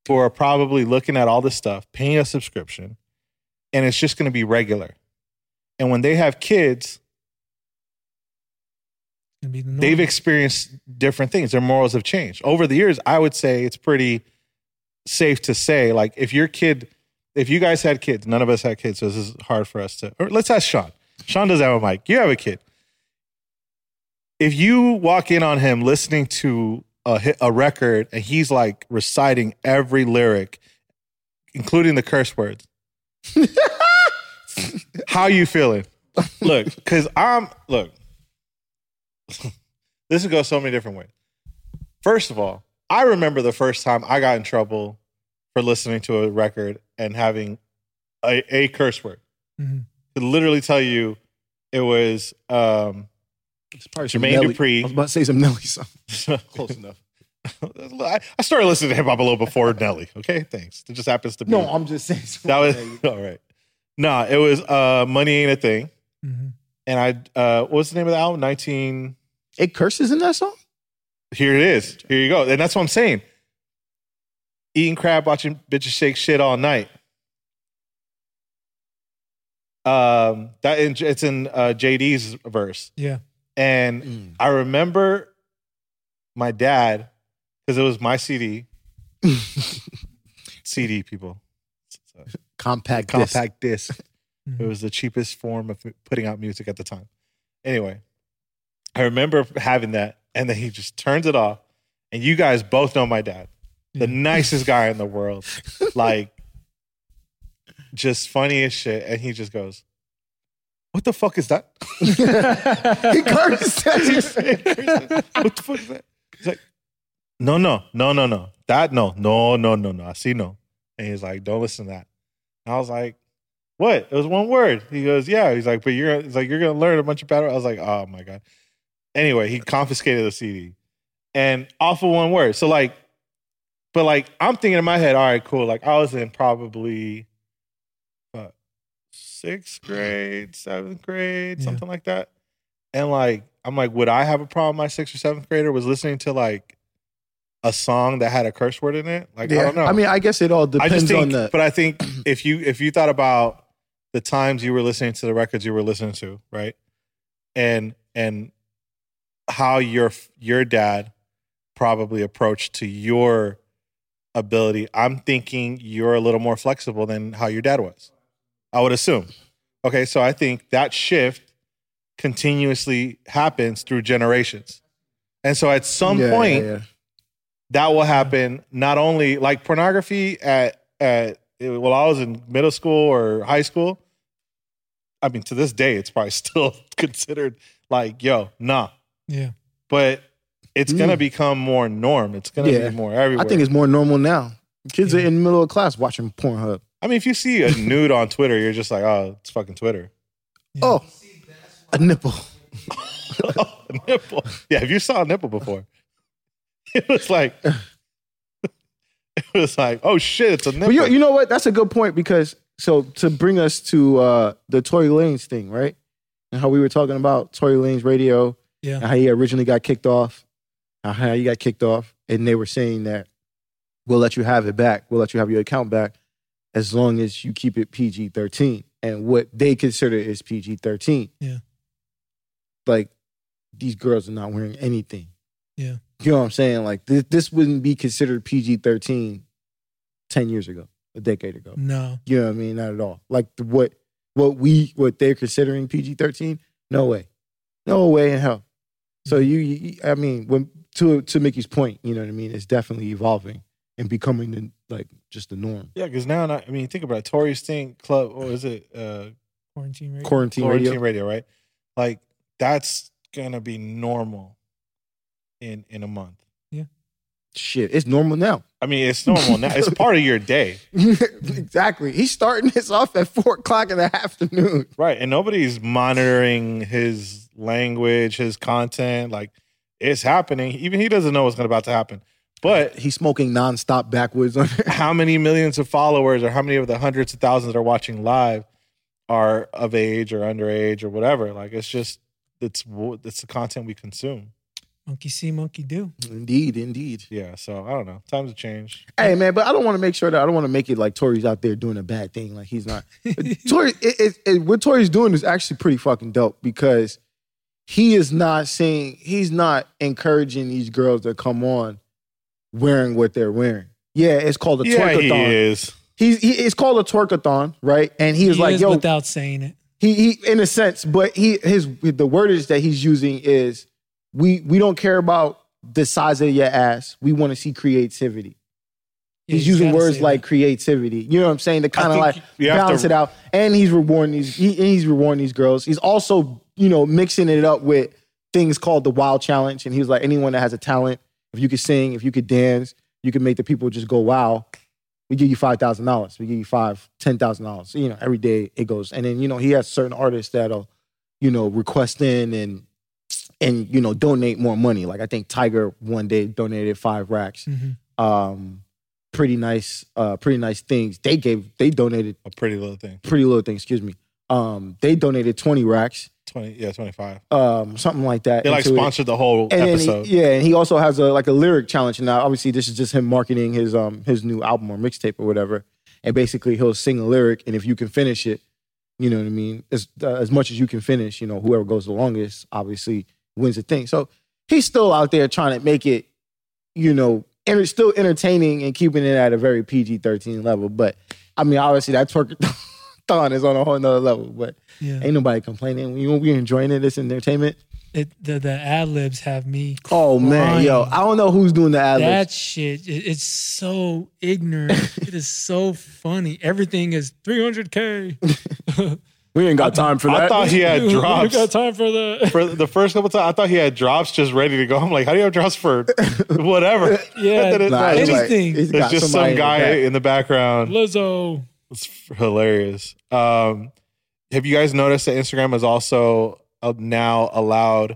S4: who are probably looking at all this stuff, paying a subscription, and it's just going to be regular. And when they have kids,
S3: It'd be the norm.
S4: they've experienced different things. Their morals have changed. Over the years, I would say it's pretty safe to say, like, if your kid, if you guys had kids, none of us had kids, so this is hard for us to, or let's ask Sean. Sean does have a mic. You have a kid. If you walk in on him listening to a, hit, a record and he's like reciting every lyric, including the curse words, how you feeling? Look, because I'm, look, this would go so many different ways. First of all, I remember the first time I got in trouble for listening to a record and having a, a curse word.
S5: Mm-hmm.
S3: Mhm.
S4: Could literally tell you it was um,
S5: It's probably
S4: some Jermaine Nelly- Dupri.
S5: I was about to say some Nelly song.
S4: close enough. I I started listening to hip hop a little before Nelly. Okay, thanks. It just happens to be.
S5: No, I'm just saying. some
S4: that was
S5: Nelly.
S4: all right. Nah, it was uh, "Money Ain't a Thing,"
S3: Mhm.
S4: and I uh, what was the name of the album? Nineteen.
S5: it curses in that song.
S4: Here it is. Here you go. And that's what I'm saying. Eating crab, watching bitches shake shit all night. Um, that in, it's in uh, JD's verse,
S3: Yeah.
S4: and
S5: Mm.
S4: I remember my dad because it was my CD, CD people,
S5: Compact. disc.
S4: compact disc. Mm-hmm. It
S3: Mhm.
S4: was the cheapest form of putting out music at the time. Anyway, I remember having that, and then he just turns it off. And you guys both know my dad, the
S3: Yeah.
S4: nicest guy in the world, like just funny as shit. And he just goes, "What the fuck is that?"
S5: he cursed.
S4: what the fuck is that? He's like, no, no, no, no, no. That no, no, no, no, no. I see no. And he's like, don't listen to that. And I was like, what? It was one word. He goes, yeah. He's like, but you're he's like, you're gonna learn a bunch of bad words. I was like, oh my God. Anyway, he confiscated the CD. And off of one word. So like, but like I'm thinking in my head, all right, cool. Like I was in probably uh, sixth grade, seventh grade,
S3: Yeah.
S4: something like that. And like, I'm like, would I have a problem? My sixth or seventh grader was listening to like a song that had a curse word in it. Like, I
S5: Yeah.
S4: don't know.
S5: I mean, I guess it all
S4: I
S5: depends
S4: just
S5: on
S4: think,
S5: the.
S4: but I think if you if you thought about the times you were listening to the records you were listening to, right, and and how your your dad probably approached to your ability, I'm thinking you're a little more flexible than how your dad was. I would assume. Okay, so I think that shift continuously happens through generations, and so at some
S5: Yeah, yeah,
S4: point
S5: yeah.
S4: that will happen not only like pornography at at well I was in middle school or high school. I mean, to this day, it's probably still considered like yo nah,
S3: Yeah.
S4: but it's gonna
S5: Mm.
S4: become more norm. It's gonna
S5: Yeah.
S4: be more everywhere.
S5: I think it's more normal now. Kids
S3: Yeah.
S5: are in the middle of class watching Pornhub.
S4: I mean, if you see a nude on Twitter, you're just like, oh, it's fucking Twitter.
S3: Yeah.
S5: Oh, a nipple.
S4: oh, a nipple. Yeah, if you saw a nipple before, it was like, it was like, oh shit, it's a nipple.
S5: But you, you know what? That's a good point because so to bring us to uh, the Tory Lanez thing, right? And how we were talking about Tory Lanez radio
S3: Yeah.
S5: and how he originally got kicked off, and how he got kicked off, and they were saying that we'll let you have it back, we'll let you have your account back as long as you keep it PG thirteen, and what they consider is PG thirteen.
S3: Yeah.
S5: like these girls are not wearing anything.
S3: Yeah.
S5: you know what I'm saying? Like this, this wouldn't be considered PG thirteen ten years ago, a decade ago.
S3: No.
S5: You know what I mean? Not at all. Like the, what what we what they're considering PG thirteen? No way, no way in hell. So
S3: Mm.
S5: you, you, I mean, when to to Mickey's point, you know what I mean? It's definitely evolving and becoming the, like just the norm.
S4: Yeah, because now, not, I mean, think about it. Tory's thing club, what is it? Uh,
S3: Quarantine radio.
S5: Quarantine,
S4: quarantine
S5: radio.
S4: radio, right? Like that's gonna be normal in in a month.
S5: Shit, it's normal now.
S4: I mean, it's normal now. It's part of your day,
S5: exactly. He's starting this off at four o'clock in the afternoon.
S4: right? And nobody's monitoring his language, his content. Like it's happening. Even he doesn't know what's gonna about to happen. But
S5: He's smoking nonstop backwards on
S4: how many millions of followers or how many of the hundreds of thousands that are watching live are of age or underage or whatever? Like it's just it's wo- it's the content we consume.
S3: Monkey see, monkey do.
S5: Indeed, indeed.
S4: Yeah. So I don't know. Times have changed.
S5: Hey man, but I don't want to make sure that I don't want to make it like Tory's out there doing a bad thing. Like he's not. Tory, it, it, it, what Tory's doing is actually pretty fucking dope because he is not saying he's not encouraging these girls to come on wearing what they're wearing. Yeah, it's called a
S4: Yeah, he
S5: twerkathon.
S4: is.
S5: He's he, it's called a twerkathon, right? And he was
S3: He
S5: like,
S3: is
S5: "Yo,
S3: without saying it.
S5: he he in a sense, but he his the wordage that he's using is we we don't care about the size of your ass. We want to see creativity."
S3: Yeah,
S5: he's using
S3: gotta
S5: words
S3: say
S5: like
S3: that.
S5: creativity. You know what I'm saying? To kind of
S4: think
S5: like
S4: you have
S5: balance
S4: to-
S5: it out. And he's rewarding these. He, and he's rewarding these girls. He's also you know mixing it up with things called the Wild Challenge. And he was like, anyone that has a talent, if you could sing, if you could dance, you could make the people just go wow. We give you five thousand dollars. We give you five, ten thousand dollars. You know, every day it goes. And then you know he has certain artists that'll you know request in and and you know donate more money. Like I think Tiger one day donated five racks
S3: Mhm.
S5: um, pretty nice, uh, pretty nice things. They gave, they donated
S4: A pretty little thing.
S5: pretty little things. Excuse me. Um, they donated twenty racks,
S4: twenty, yeah, twenty five.
S5: um, something like that.
S4: They like
S5: into it.
S4: sponsored the whole
S5: And then
S4: episode.
S5: he, yeah, and he also has a like a lyric challenge now. Obviously, this is just him marketing his um his new album or mixtape or whatever. And basically, he'll sing a lyric, and if you can finish it, you know what I mean. As uh, as much as you can finish, you know, whoever goes the longest obviously wins the thing. So he's still out there trying to make it, you know, and it's still entertaining and keeping it at a very PG thirteen level. But I mean, obviously, that twerkathon is on a whole nother level. But
S3: Yeah.
S5: ain't nobody complaining. You know, we enjoying it. It's entertainment.
S3: It, the the ad libs have me.
S5: Oh man,
S3: crying.
S5: yo, I don't know who's doing the ad
S3: That
S5: libs.
S3: shit, it- it's so ignorant. it is so funny. Everything is 300K.
S5: We ain't got time for
S4: I thought he had
S3: We
S4: drops.
S3: got time for the.
S4: for the first couple times, I thought he had drops just ready to go. I'm like, how do you have drops for whatever?
S3: Yeah.
S4: That it-
S5: Nah, it's like-
S3: Anything.
S5: it's
S4: There's
S5: got
S4: just
S5: somebody
S4: some
S5: in the
S4: guy
S5: back.
S4: in the background.
S3: Lizzo.
S4: It's hilarious. Um, have you guys noticed that Instagram is also uh, now allowed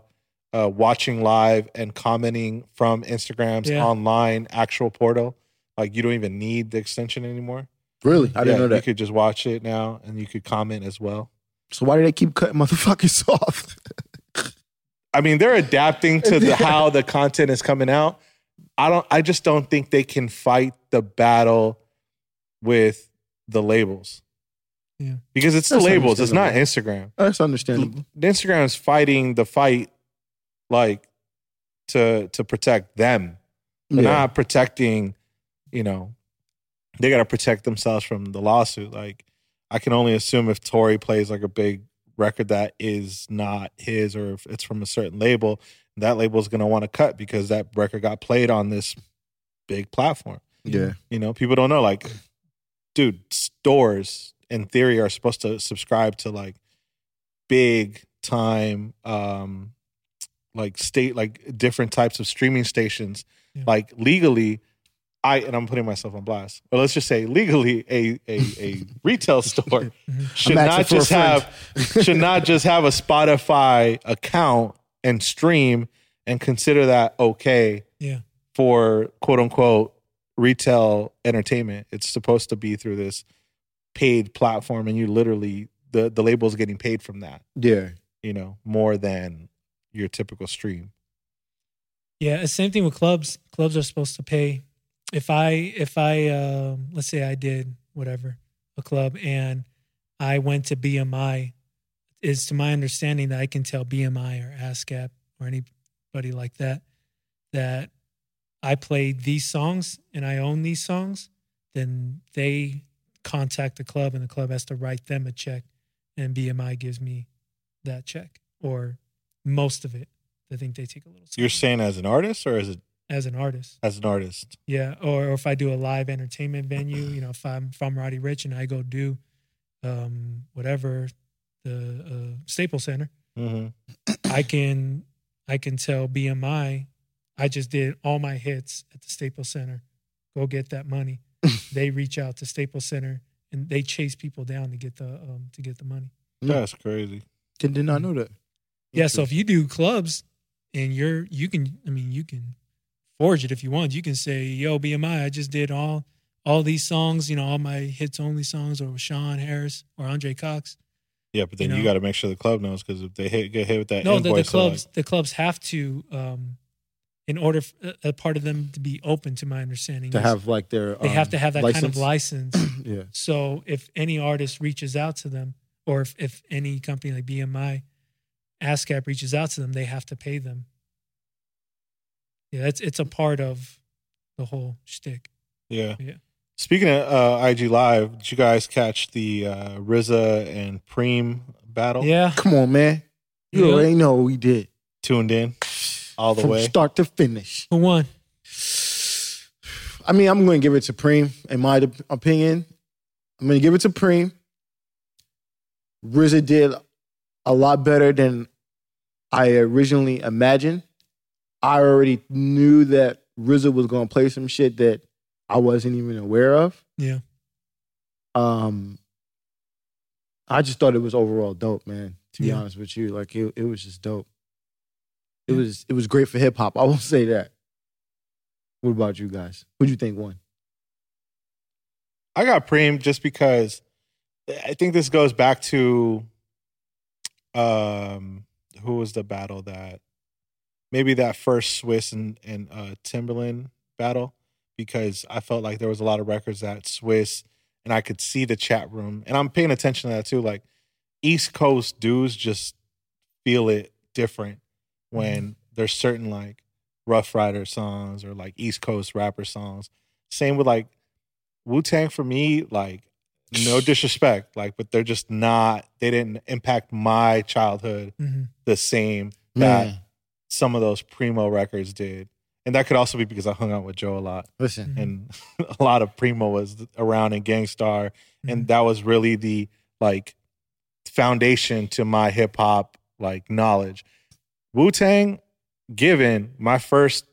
S4: uh, watching live and commenting from Instagram's
S3: Yeah.
S4: online actual portal? Like you don't even need the extension anymore.
S5: Really, I didn't
S4: Yeah,
S5: know
S4: You
S5: that.
S4: could just watch it now, and you could comment as well.
S5: So why do they keep cutting motherfuckers off?
S4: I mean, they're adapting to the, how the content is coming out. I don't. I just don't think they can fight the battle with the labels.
S3: Yeah.
S4: because it's the
S5: That's
S4: labels. It's not Instagram.
S5: That's understandable.
S4: Instagram is fighting the fight, like to to protect them. They're
S5: Yeah.
S4: not protecting. You know, they got to protect themselves from the lawsuit. Like, I can only assume if Tory plays like a big record that is not his, or if it's from a certain label, that label is going to want to cut because that record got played on this big platform.
S5: Yeah.
S4: You know, people don't know. Like, dude, stores in theory are supposed to subscribe to like big time, um, like state, like different types of streaming stations.
S3: Yeah.
S4: Like legally, I and I'm putting myself on blast. But let's just say legally, a a, a retail store should
S5: Mm-hmm. I'm asking
S4: not
S5: for a
S4: just
S5: friend.
S4: have should not just have a Spotify account and stream and consider that okay
S3: Yeah.
S4: for quote unquote retail entertainment. It's supposed to be through this paid platform and you literally the the label's getting paid from that,
S5: Yeah.
S4: you know, more than your typical stream.
S3: Yeah, it's same thing with clubs. Clubs are supposed to pay. If I if I um, let's say I did whatever a club and I went to BMI, it's to my understanding that I can tell BMI or ASCAP or anybody like that that I played these songs and I own these songs, then they contact the club and the club has to write them a check, and BMI gives me that check or most of it. I think they take a little.
S4: You're
S3: something
S4: saying as an artist or as a,
S3: as an artist.
S4: as an artist?
S3: Yeah, or, or if I do a live entertainment venue, you know, if I'm from Roddy Rich and I go do um, whatever the uh, Staples Center,
S4: Mm-hmm.
S3: I can I can tell BMI I just did all my hits at the Staples Center. Go get that money. they reach out to Staples Center and they chase people down to get the um, to get the money.
S4: That's crazy.
S5: Did, did not know that.
S3: Yeah, so if you do clubs and you're you can I mean you can forge it if you want. You can say, "Yo, BMI, I just did all all these songs, you know, all my hits only songs or with Sean Harris or Andre Cox."
S4: Yeah, but then
S3: you
S4: you,
S3: know?
S4: got to make sure the club knows because if they hit, get hit with that
S3: No, the, the
S4: invoice, they're like,
S3: clubs the clubs have to um in order f- uh, a- a part of them to be open to my understanding
S5: To
S3: is
S5: have like their
S3: they have
S5: um,
S3: to have that kind of license.
S5: Yeah.
S3: So if any artist reaches out to them, or if, if any company like BMI, ASCAP reaches out to them, they have to pay them. Yeah, it's it's a part of the whole shtick.
S4: Yeah.
S3: Yeah.
S4: Speaking of uh, IG Live, did you guys catch the uh, RZA and Preem battle?
S3: Yeah,
S5: Come on, man. You
S3: Yeah.
S5: already know what we did
S4: Tuned in all the
S5: from
S4: way.
S5: start to finish.
S3: who won?
S5: I mean, I'm going to give it to Preem. In my op- opinion, I'm going to give it to Preem. RZA did a lot better than I originally imagined. I already knew that RZA was going to play some shit that I wasn't even aware of.
S3: Yeah.
S5: Um, I just thought it was overall dope, man. To be
S3: Yeah.
S5: honest with you, like it, it was just dope. It was it was great for hip hop. I will say that. What about you guys? Who do you think won?
S4: I got Preem just because I think this goes back to um who was the battle that maybe that first Swiss and, and uh Timberland battle because I felt like there was a lot of records that Swiss and I could see the chat room and I'm paying attention to that too. Like East Coast dudes just feel it different when there's certain like Rough Rider songs or like East Coast rapper songs. Same with like Wu Tang for me, like no disrespect, like, but they're just not, they didn't impact my childhood
S3: Mhm.
S4: the same that
S5: Man,
S4: some of those primo records did. And that could also be because I hung out with Joe a lot.
S5: listen.
S4: And a lot of primo was around in Gangstar. And that was really the like foundation to my hip hop like knowledge. Wu Tang, given my first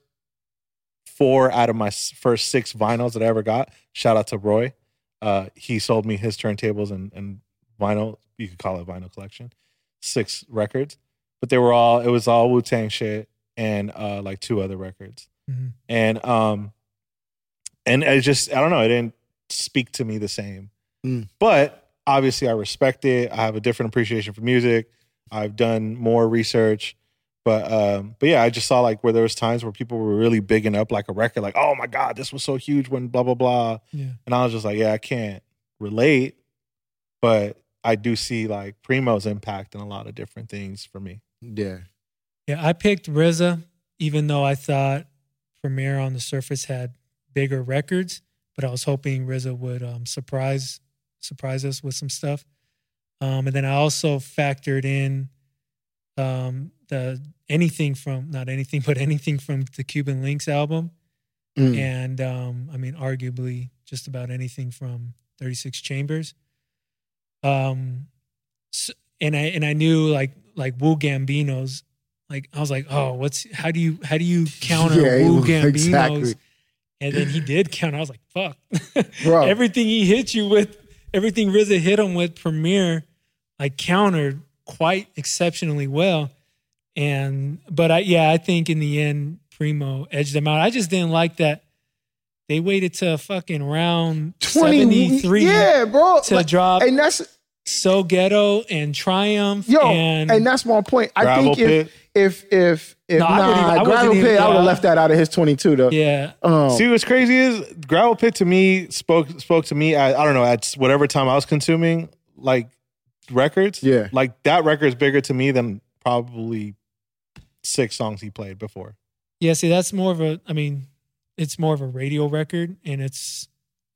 S4: four out of my s- first six vinyls that I ever got, shout out to Roy. Uh, he sold me his turntables and, and vinyl, you could call it vinyl collection, six records. But they were all, it was all Wu Tang shit and uh, like two other records.
S3: Mhm.
S4: And, um, and it just, I don't know, it didn't speak to me the same.
S5: Mm.
S4: But obviously, I respect it. I have a different appreciation for music. I've done more research. But um, but yeah, I just saw like where there was times where people were really bigging up like a record, like oh my god, this was so huge when blah blah blah,
S3: Yeah.
S4: and I was just like, yeah, I can't relate, but I do see like Primo's impact in a lot of different things for me.
S3: Mm.
S5: Yeah.
S3: Yeah, I picked RZA, even though I thought Premier on the surface had bigger records, but I was hoping RZA would um, surprise surprise us with some stuff. Um, and then I also factored in um, the anything from not anything, but anything from the Cuban Links album,
S5: Mm.
S3: and um, I mean, arguably just about anything from 36 Chambers. Um, s and I and I knew like like Wu Gambino's like I was like, oh, what's how do you how do you counter
S5: Yeah,
S3: Wu Gambino's?
S5: exactly.
S3: And then he did counter. I was like, fuck,
S5: Bro.
S3: everything he hit you with, everything RZA hit him with, Premier like countered quite exceptionally well. And but I yeah, I think in the end Primo edged them out. I just didn't like that they waited to fucking round 73
S5: Yeah, bro.
S3: to drop
S5: and that's
S3: So Ghetto and Triumph
S5: yo,
S3: and,
S5: and, that's my point. I
S4: Gravel
S5: think if,
S4: pit.
S5: if if if
S3: No, I
S5: nah,
S3: wouldn't even- I wasn't
S5: gravel
S3: even-
S5: pit, I would
S3: yeah.
S5: have left that out of his twenty two though.
S3: yeah,
S5: Um,
S4: See what's crazy is Gravel Pit to me spoke spoke to me at I don't know at whatever time I was consuming like records.
S5: Yeah.
S4: like that record's bigger to me than probably six songs he played before.
S3: yeah. See, that's more of a. I mean, it's more of a radio record, and it's.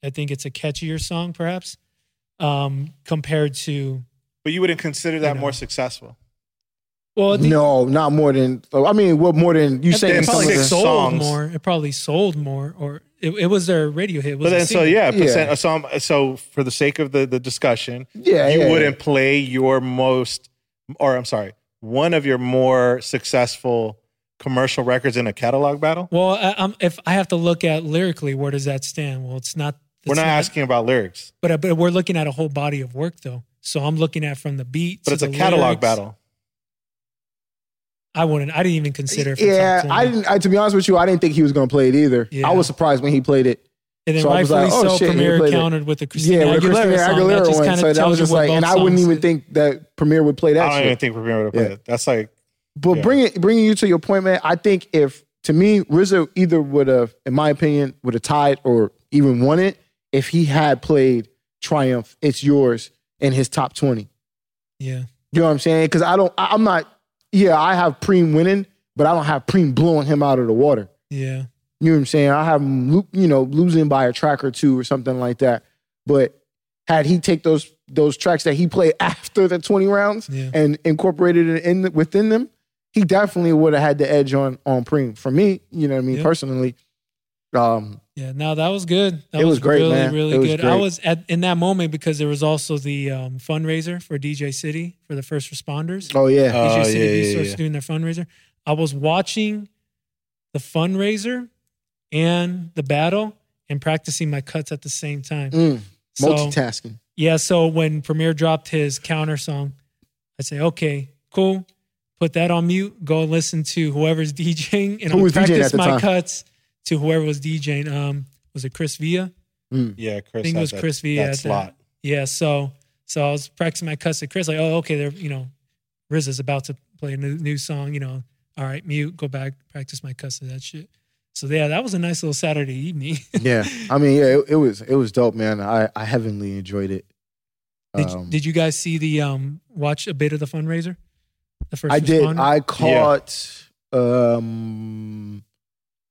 S3: I think it's a catchier song, perhaps, um, compared to.
S4: But you wouldn't consider that
S3: know.
S4: more successful.
S3: Well, I think-
S5: no, not more than. I mean, what more than you
S3: I think
S5: saying
S3: it
S5: some of
S3: probably
S4: six
S5: the
S3: sold
S4: songs.
S3: more. It probably sold more, or it, it was their radio hit. It was
S4: But
S3: a
S4: then, so
S3: single.
S4: yeah,
S5: Yeah.
S4: percent, so, I'm- so for the sake of the, the discussion,
S5: Yeah,
S4: you
S5: yeah,
S4: wouldn't play your most, or I'm sorry, one of your more successful commercial records in a catalog battle.
S3: Well, I, I'm, if I have to look at lyrically, where does that stand? Well, it's not.
S4: We're
S3: it's
S4: not asking about lyrics,
S3: but but we're looking at a whole body of work though. So I'm looking at from the beat.
S4: but
S3: to
S4: it's a
S3: the
S4: catalog
S3: lyrics.
S4: battle.
S3: I wouldn't. I didn't even consider. it for
S5: Yeah,
S3: top 20.
S5: I didn't. I, to be honest with you, I didn't think he was going to play it either.
S3: Yeah.
S5: I was surprised when he played it.
S3: And then
S5: So I was
S3: rightfully
S5: like, oh,
S3: so,
S5: shit, he
S3: Premier
S5: played it.
S3: countered with the Christina Aguilera
S5: yeah, with the Christina
S3: song.
S5: Aguilera
S3: that just
S5: one.
S3: kind
S5: So
S3: of
S5: that was just like, and I wouldn't even think that Premier would play that.
S4: I don't
S5: shit.
S4: even think Premier would have played
S5: Yeah.
S4: it. That's like,
S5: But
S4: Yeah.
S5: bringing bringing you to your point, man. I think if to me Rizzo either would have, in my opinion, would have tied or even won it if he had played Triumph. It's yours in his top twenty.
S3: Yeah,
S5: You know what I'm saying? Because I don't. I, I'm not. Yeah, I have Preem winning, but I don't have Preem blowing him out of the water.
S3: yeah.
S5: You know what I'm saying? I have him, lo- you know, losing by a track or two or something like that. But had he take those those tracks that he played after the 20 rounds
S3: Yeah.
S5: and incorporated it in within them, he definitely would have had the edge on on Preem. For me, you know what I mean
S3: Yeah.
S5: personally. Um,
S3: Yeah, no, that was good. That
S5: It was great,
S3: really,
S5: man.
S3: really
S5: It was
S3: good. I
S5: great.
S3: was at in that moment because there was also the um, fundraiser for DJ City for the first responders.
S5: oh yeah,
S4: Oh,
S3: DJ City
S4: yeah, yeah,
S3: Resource
S4: yeah.
S3: doing their fundraiser. I was watching the fundraiser and the battle and practicing my cuts at the same time.
S5: Mm,
S3: So-
S5: multitasking.
S3: yeah, so when Premier dropped his counter song, I say, okay, cool. Put that on mute. Go listen to whoever's DJing, and
S5: Who
S3: I'll
S5: was DJing at
S3: practice
S5: the
S3: my
S5: time?
S3: cuts to whoever was DJing. Um, was it Chris Villa?
S4: yeah, Chris.
S3: I think it
S4: had
S3: was
S4: that-
S3: Chris Villa.
S4: That
S3: at that-
S4: slot.
S3: Yeah, so so I was practicing my cuts to Chris. Like, oh, okay, they're you know RZA's about to play a new, new song, you know, all right, mute, go back, practice my cussing, that shit. So yeah, that was a nice little Saturday evening.
S5: yeah. I mean, yeah, it, it was it was dope, man. I I heavenly enjoyed it.
S3: did,
S5: Um,
S3: did you guys see the um watch a bit of the fundraiser? The first
S5: I did.
S3: responder?
S5: I caught um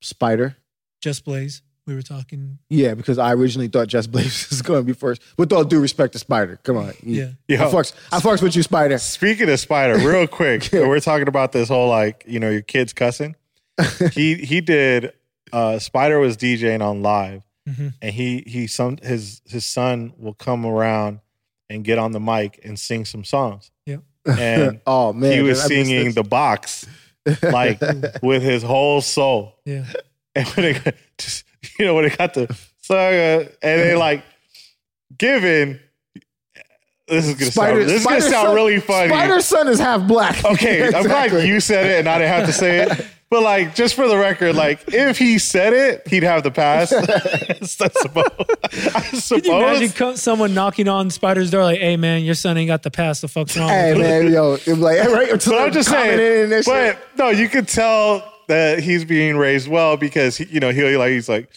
S5: Spider.
S3: just Blaze. We were talking.
S5: Yeah, because I originally thought Just Blaze was going to be first. With all due respect to Spider, come on.
S3: Yeah.
S5: I fucks, I fucks with you, Spider.
S4: Speaking of Spider, real quick,
S5: Yeah.
S4: we're talking about this whole like you know your kids cussing. he he did. Uh, Spider was DJing on live,
S3: Mhm.
S4: and he he some his his son will come around and get on the mic and sing some songs.
S3: Yeah.
S4: and
S5: oh man,
S4: he was
S5: I missed
S4: singing
S5: this.
S4: the box like with his whole soul.
S3: Yeah.
S4: And when it got, just, you know, when it got to Saga, and they like given. This is gonna sound. This is
S5: Spider's
S4: gonna sound
S5: son-
S4: really funny.
S5: Spider's son is half black.
S4: Okay, I'm glad you said it and I didn't have to say it. But like, just for the record, like if he said it, he'd have the pass. It's not suppo- I
S3: Could you imagine
S4: suppose.
S3: co- someone knocking on Spider's door like, "Hey man, your son ain't got the pass. The fuck's wrong?"
S5: Hey
S3: with you?"
S5: man, yo, it was like hey, right.
S4: But I'm just saying. But no, you could tell that he's being raised well because he, you know he like he's like.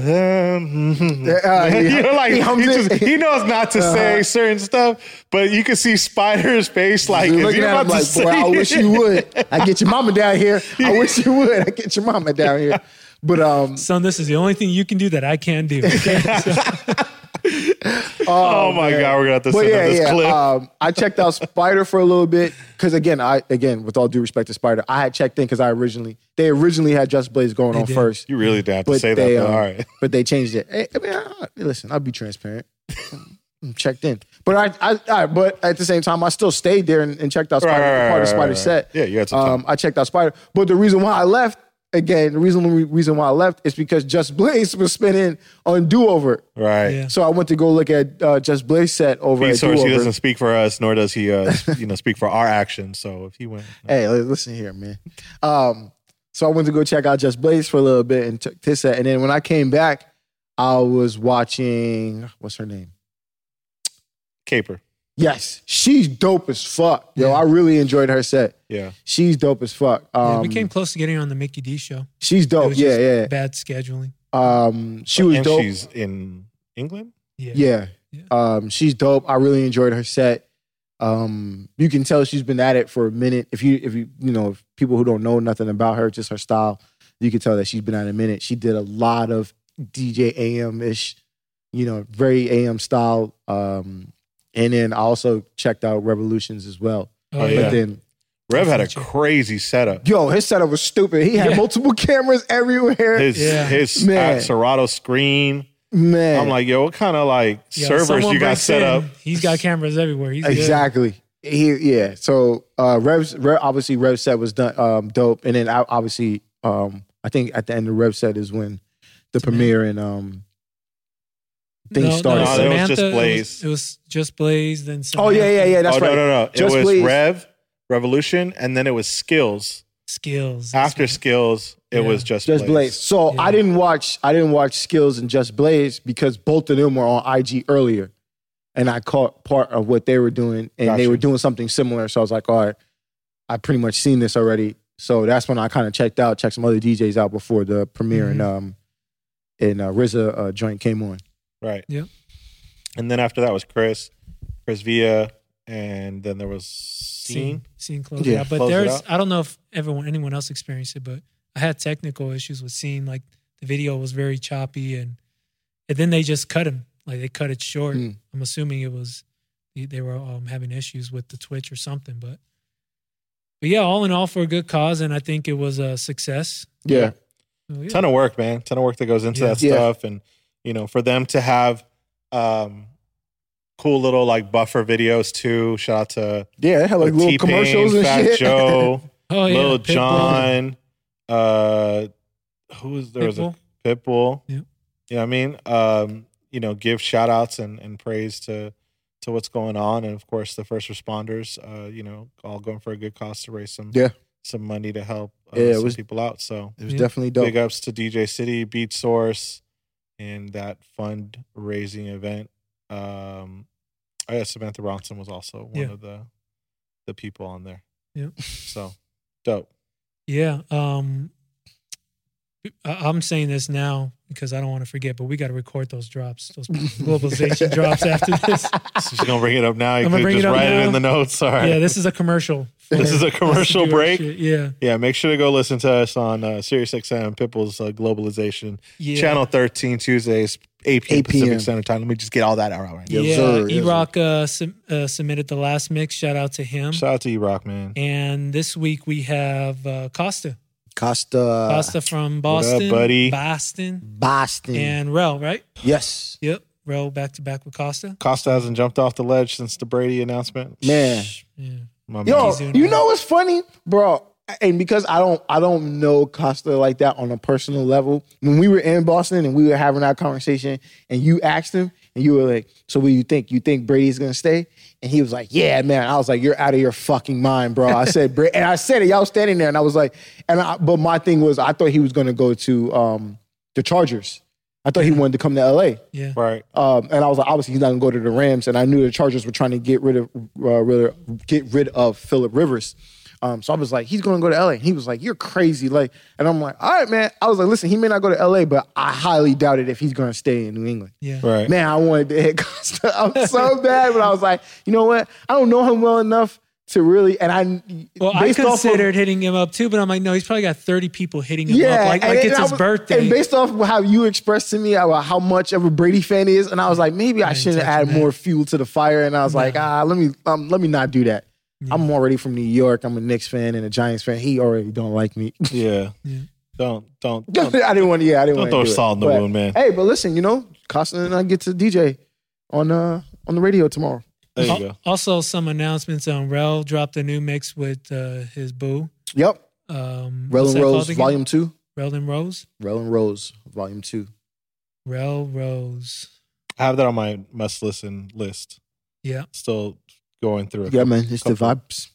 S4: Southern.
S5: Yeah, uh, he-
S4: you know, like
S5: he
S4: he,
S5: hummed it. Uh-huh.
S4: just, he knows not to say certain stuff, but you can see Spider's face like
S5: You're
S4: if
S5: looking
S4: you're
S5: at
S4: about
S5: him
S4: to
S5: like,
S4: say
S5: boy, I wish
S4: it-
S5: you would. I get your mama down here. I wish you would. I get your mama down here. But um,
S3: Son, this is the only thing you can do that I can do.
S4: Oh, my
S5: man.
S4: god, we're gonna have to
S5: But
S4: send
S5: yeah,
S4: out this
S5: yeah.
S4: clip.
S5: Um, I checked out Spider for a little bit because again, I again with all due respect to Spider, I had checked in because I originally they originally had Just Blaze going
S3: They
S5: on
S3: did.
S5: first,
S4: You really didn't have to
S5: But
S4: say
S5: they,
S4: that. Though.
S5: um,
S4: All right.
S5: but they changed it. Hey, I mean, I- I- listen, I'll be transparent. I'm checked in, but I, I, I but at the same time, I still stayed there and, and checked out Spider
S4: Right, right,
S5: part of
S4: right,
S5: Spider
S4: right,
S5: set.
S4: right. Yeah, you had some time.
S5: Um, I checked out Spider, but the reason why I left again, the reason reason why I left is because Just Blaze was spinning on Do Over.
S4: Right.
S3: Yeah.
S5: So I went to go look at uh, Just Blaze set over
S4: He,
S5: at
S4: source,
S5: Do
S4: he
S5: Over.
S4: doesn't speak for us, nor does he, uh, you know, speak for our actions. So if he went, uh,
S5: Hey, li- listen here, man. Um, so I went to go check out Just Blaze for a little bit and took this set. And then when I came back, I was watching what's her name?
S4: caper.
S5: Yes, she's dope as fuck. Yo, I really enjoyed her set.
S4: Yeah.
S5: She's dope as fuck. Um,
S3: yeah, we came close to getting on the Mickey D show.
S5: she's
S3: It
S5: dope.
S3: was
S5: Yeah,
S3: just
S5: yeah.
S3: Bad scheduling.
S5: Um, she was
S4: and
S5: dope.
S4: she's in England.
S3: Yeah.
S5: Yeah.
S3: Yeah.
S5: Um, she's dope. I really enjoyed her set. Um, you can tell she's been at it for a minute. If you if you you know if people who don't know nothing about her, just her style, you can tell that she's been at it a minute. She did a lot of DJ AM ish, you know, very AM style. Um, and then I also checked out Revolutions as well.
S3: Oh,
S4: Oh,
S3: yeah.
S5: But then,
S4: Rev had a
S3: Gotcha.
S4: crazy setup.
S5: yo, his setup was stupid. He had
S3: Yeah.
S5: multiple cameras everywhere.
S4: His
S3: Yeah.
S4: his
S5: Man.
S4: uh, Serato screen.
S5: Man,
S4: I'm like, yo, what kind of like
S3: Yeah,
S4: servers
S3: someone
S4: you got
S3: breaks
S4: set
S3: in,
S4: up?
S3: He's got cameras everywhere. He's good.
S5: Exactly. He, yeah. So uh, Rev's Rev, obviously Rev set was done um, dope, and then I, obviously um, I think at the end of Rev set is when the premiere and um, things started.
S4: no, that was just
S3: Samantha, it
S4: Blaze.
S3: It was just Blaze. Then
S5: oh yeah, yeah,
S3: Samantha.
S5: yeah. That's
S4: oh
S5: right.
S4: no, no, no!
S5: Just
S4: it was
S5: Blaze.
S4: Rev Revolution, and then it was Skills.
S3: Skills.
S4: After Skills, it
S3: Yeah.
S4: was just
S5: Just Blaze. So
S3: Yeah.
S5: I didn't watch I didn't watch Skills and Just Blaze because both of them were on IG earlier, and I caught part of what they were doing, and they
S4: Gotcha.
S5: were doing something similar. So I was like, all right, I pretty much seen this already. So that's when I kind of checked out, checked some other DJs out before the premiere and
S4: Mm-hmm.
S5: um and uh, RZA uh, joint came on.
S4: Right.
S3: Yeah.
S4: And then after that was Chris, Chris Villa, and then there was Scene.
S3: scene scene close
S5: Yeah,
S3: yeah, But
S4: close it
S3: there's
S4: out.
S3: I don't know if everyone anyone else experienced it, but I had technical issues with scene. Like the video was very choppy, and and then they just cut him. Like they cut it short.
S4: Hmm.
S5: Mm.
S3: I'm assuming it was they- they were um, having issues with the Twitch or something. But but yeah, all in all, for a good cause, and I think it was a success.
S5: Yeah.
S3: So, yeah.
S4: ton of work, man. Ton of work that goes into
S3: Yeah.
S4: that
S5: Yeah.
S4: stuff, and you know, for them to have um, cool little like buffer videos too. Shout out to
S5: Yeah, they had like
S4: like,
S5: little
S4: T-Pain,
S5: commercials and
S4: Fat
S5: shit.
S4: Joe,
S3: oh yeah,
S4: Lil
S3: Pitbull.
S4: John, uh, who was there was
S3: Pitbull.
S4: a Pitbull.
S3: Yeah.
S4: You know what I mean? Um, you know, give shout outs and, and praise to to what's going on. And of course the first responders, uh, you know, all going for a good cause to raise some
S5: Yeah.
S4: some money to help uh,
S5: Yeah, it
S4: some
S5: was-
S4: people out. So
S5: it was
S3: Yeah.
S5: definitely dope.
S4: Big ups to DJ City, Beat Source, and that fundraising event. Um, I guess Samantha Ronson was also one
S3: Yeah.
S4: of the the people on there.
S3: Yeah.
S4: So dope.
S3: Yeah. Um, I- I'm saying this now because I don't want to forget, but we got to record those drops, those globalization drops after this.
S4: She's gonna bring it up now. You
S3: I'm
S4: could
S3: gonna bring
S4: just
S3: it up
S4: write it
S3: now.
S4: in the notes. All right.
S3: Yeah,
S4: Yeah,
S3: this is a commercial.
S4: This is a
S3: us to
S4: commercial
S3: do our
S4: break?
S3: shit. Yeah.
S4: make sure to go listen to us on uh, SiriusXM Pipples uh, Globalization
S3: Yeah.
S4: Channel 13 Tuesdays 8 p.m.
S5: 8 p.m.
S4: Pacific Standard Time. Let me just get all that out right now.
S5: Yeah, sir,
S3: yeah.
S5: yes,
S3: E-Rock uh, sub- uh, submitted the last mix. Shout out to him.
S4: Shout out to you, Rock man.
S3: And this week we have uh, Costa.
S5: Costa,
S3: Costa from
S4: Ah, what up,
S3: Boston.
S4: buddy?
S3: Boston.
S5: Boston.
S3: And Rel, right?
S5: yes,
S3: Yep. Rel back to back with Costa.
S4: Costa hasn't jumped off the ledge since the Brady announcement.
S5: man.
S3: Yeah.
S4: My
S5: Yo,
S4: man.
S3: He's doing
S5: you
S3: well.
S5: know what's funny, bro? And because I don't, I don't know Costa like that on a personal level. When we were in Boston and we were having our conversation, and you asked him, and you were like, "So what do you think? You think Brady's gonna stay?" And he was like, "Yeah, man." I was like, "You're out of your fucking mind, bro." I said, Bra- and I said it. Y'all was standing there, and I was like, and I, but my thing was, I thought he was gonna go to um, the Chargers. I thought he wanted to come to LA.
S3: Yeah.
S4: Right.
S5: Um, and I was like, obviously he's not gonna go to the Rams, and I knew the Chargers were trying to get rid of uh, rid of- get rid of Philip Rivers. Um, so I was like, he's gonna go to LA. And he was like, you're crazy, like. And I'm like, all right, man. I was like, listen, he may not go to LA, but I highly doubt it if he's gonna stay in New England.
S3: Yeah.
S4: Right.
S5: Man, I wanted to hit Costa. I'm so bad, but I was like, you know what? I don't know him well enough to really. And I
S3: Well,
S5: based
S3: I
S5: off of-
S3: considered hitting him up too, but I'm like, no, he's probably got 30 people hitting him up. Like,
S5: and-
S3: like
S5: and
S3: it's
S5: I
S3: his
S5: was-
S3: birthday.
S5: And based off of how you expressed to me about how much of a Brady fan he is, and I was like, maybe I
S3: ain't
S5: shouldn't
S3: touching
S5: add
S3: that.
S5: more fuel to the fire. And I was like, ah, let me um, let me not do that. I'm already from New York. I'm a Knicks fan and a Giants fan. He already don't like me.
S4: Yeah.
S3: Yeah.
S4: Don't don't
S5: I
S4: don't
S5: didn't want to. Yeah, I didn't want
S4: Don't throw
S5: to
S4: salt in the
S5: but,
S4: wound, man.
S5: Hey, but listen, you know, Costa and I get to DJ on uh on the radio tomorrow.
S4: there you
S3: Al-
S4: go.
S3: Also, some announcements. Um, Rel dropped a new mix with uh, his boo.
S5: Yep,
S3: Um,
S5: Rel
S3: what's
S5: and
S3: that called
S5: Rose
S3: again?
S5: Volume Two.
S3: Rel and Rose.
S5: Rel and Rose Volume Two.
S3: Rel Rose.
S4: I have that on my must listen list.
S3: Yeah.
S4: Still going through it.
S5: Yeah, man, it's the
S4: Couple.
S5: vibes.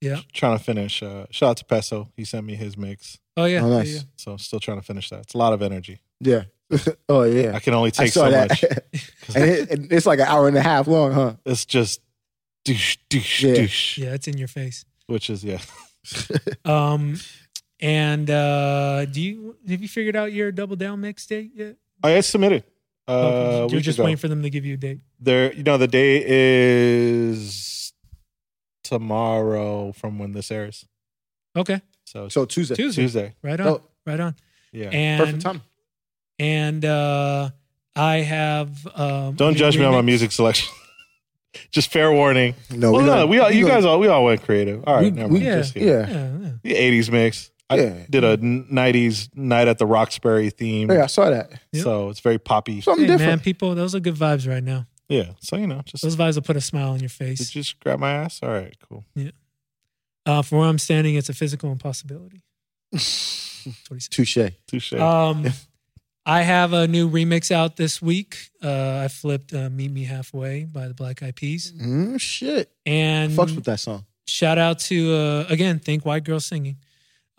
S3: Yeah.
S4: Trying to finish. Uh, shout out to Peso. He sent me his mix.
S3: Oh yeah.
S5: Oh,
S3: yeah,
S5: nice.
S3: yeah.
S4: So still trying to finish that. It's a lot of energy.
S5: Yeah. oh yeah.
S4: I can only
S5: I
S4: take
S5: saw
S4: so
S5: that.
S4: much.
S5: and, it, and it's like an hour and a half long, huh?
S4: It's just douche, douche,
S5: Yeah.
S4: douche.
S3: Yeah, it's in your face.
S4: Which is yeah.
S3: Um, and uh, do you have you figured out your double down mix date yet?
S4: I it's submitted. Uh,
S3: Oh,
S4: we
S3: you're just waiting for them to give you a date.
S4: there. You know the day is tomorrow from when this airs.
S3: Okay,
S4: So, it's
S5: So Tuesday.
S3: Tuesday.
S4: Tuesday.
S3: Right on.
S5: Oh.
S3: Right on.
S4: Yeah.
S3: And
S5: Perfect time.
S3: and uh, I have. Um,
S4: Don't
S3: new
S4: judge me on my
S3: remix.
S4: music selection. just fair warning.
S5: No,
S4: well, no,
S5: gonna-
S4: we all,
S5: we
S4: you
S5: gonna-
S4: guys all, we all went creative. All right,
S5: We-
S4: never
S5: we-
S4: mind.
S3: yeah.
S4: Just kidding.
S5: Yeah.
S3: Yeah, yeah.
S4: The 80s mix. I
S5: Yeah.
S4: did a n- 90s night at the Roxbury theme.
S5: Yeah, I saw that.
S3: Yeah.
S4: So it's very poppy.
S5: Something
S3: Hey, man,
S5: different.
S3: people, those are good vibes right now.
S4: Yeah. So, you know, just
S3: Those vibes will put a smile on your
S4: did
S3: face.
S4: you just grab my ass. All right, cool.
S3: Uh, from where I'm standing, it's a physical impossibility. That's what he said.
S5: Touche.
S4: Touche.
S3: Um, I have a new remix out this week. Uh, I flipped uh, "Meet Me Halfway" by the Black Eyed Peas,
S5: Mm, shit.
S3: and
S5: Fucks with that song.
S3: shout out to uh, again think white girl singing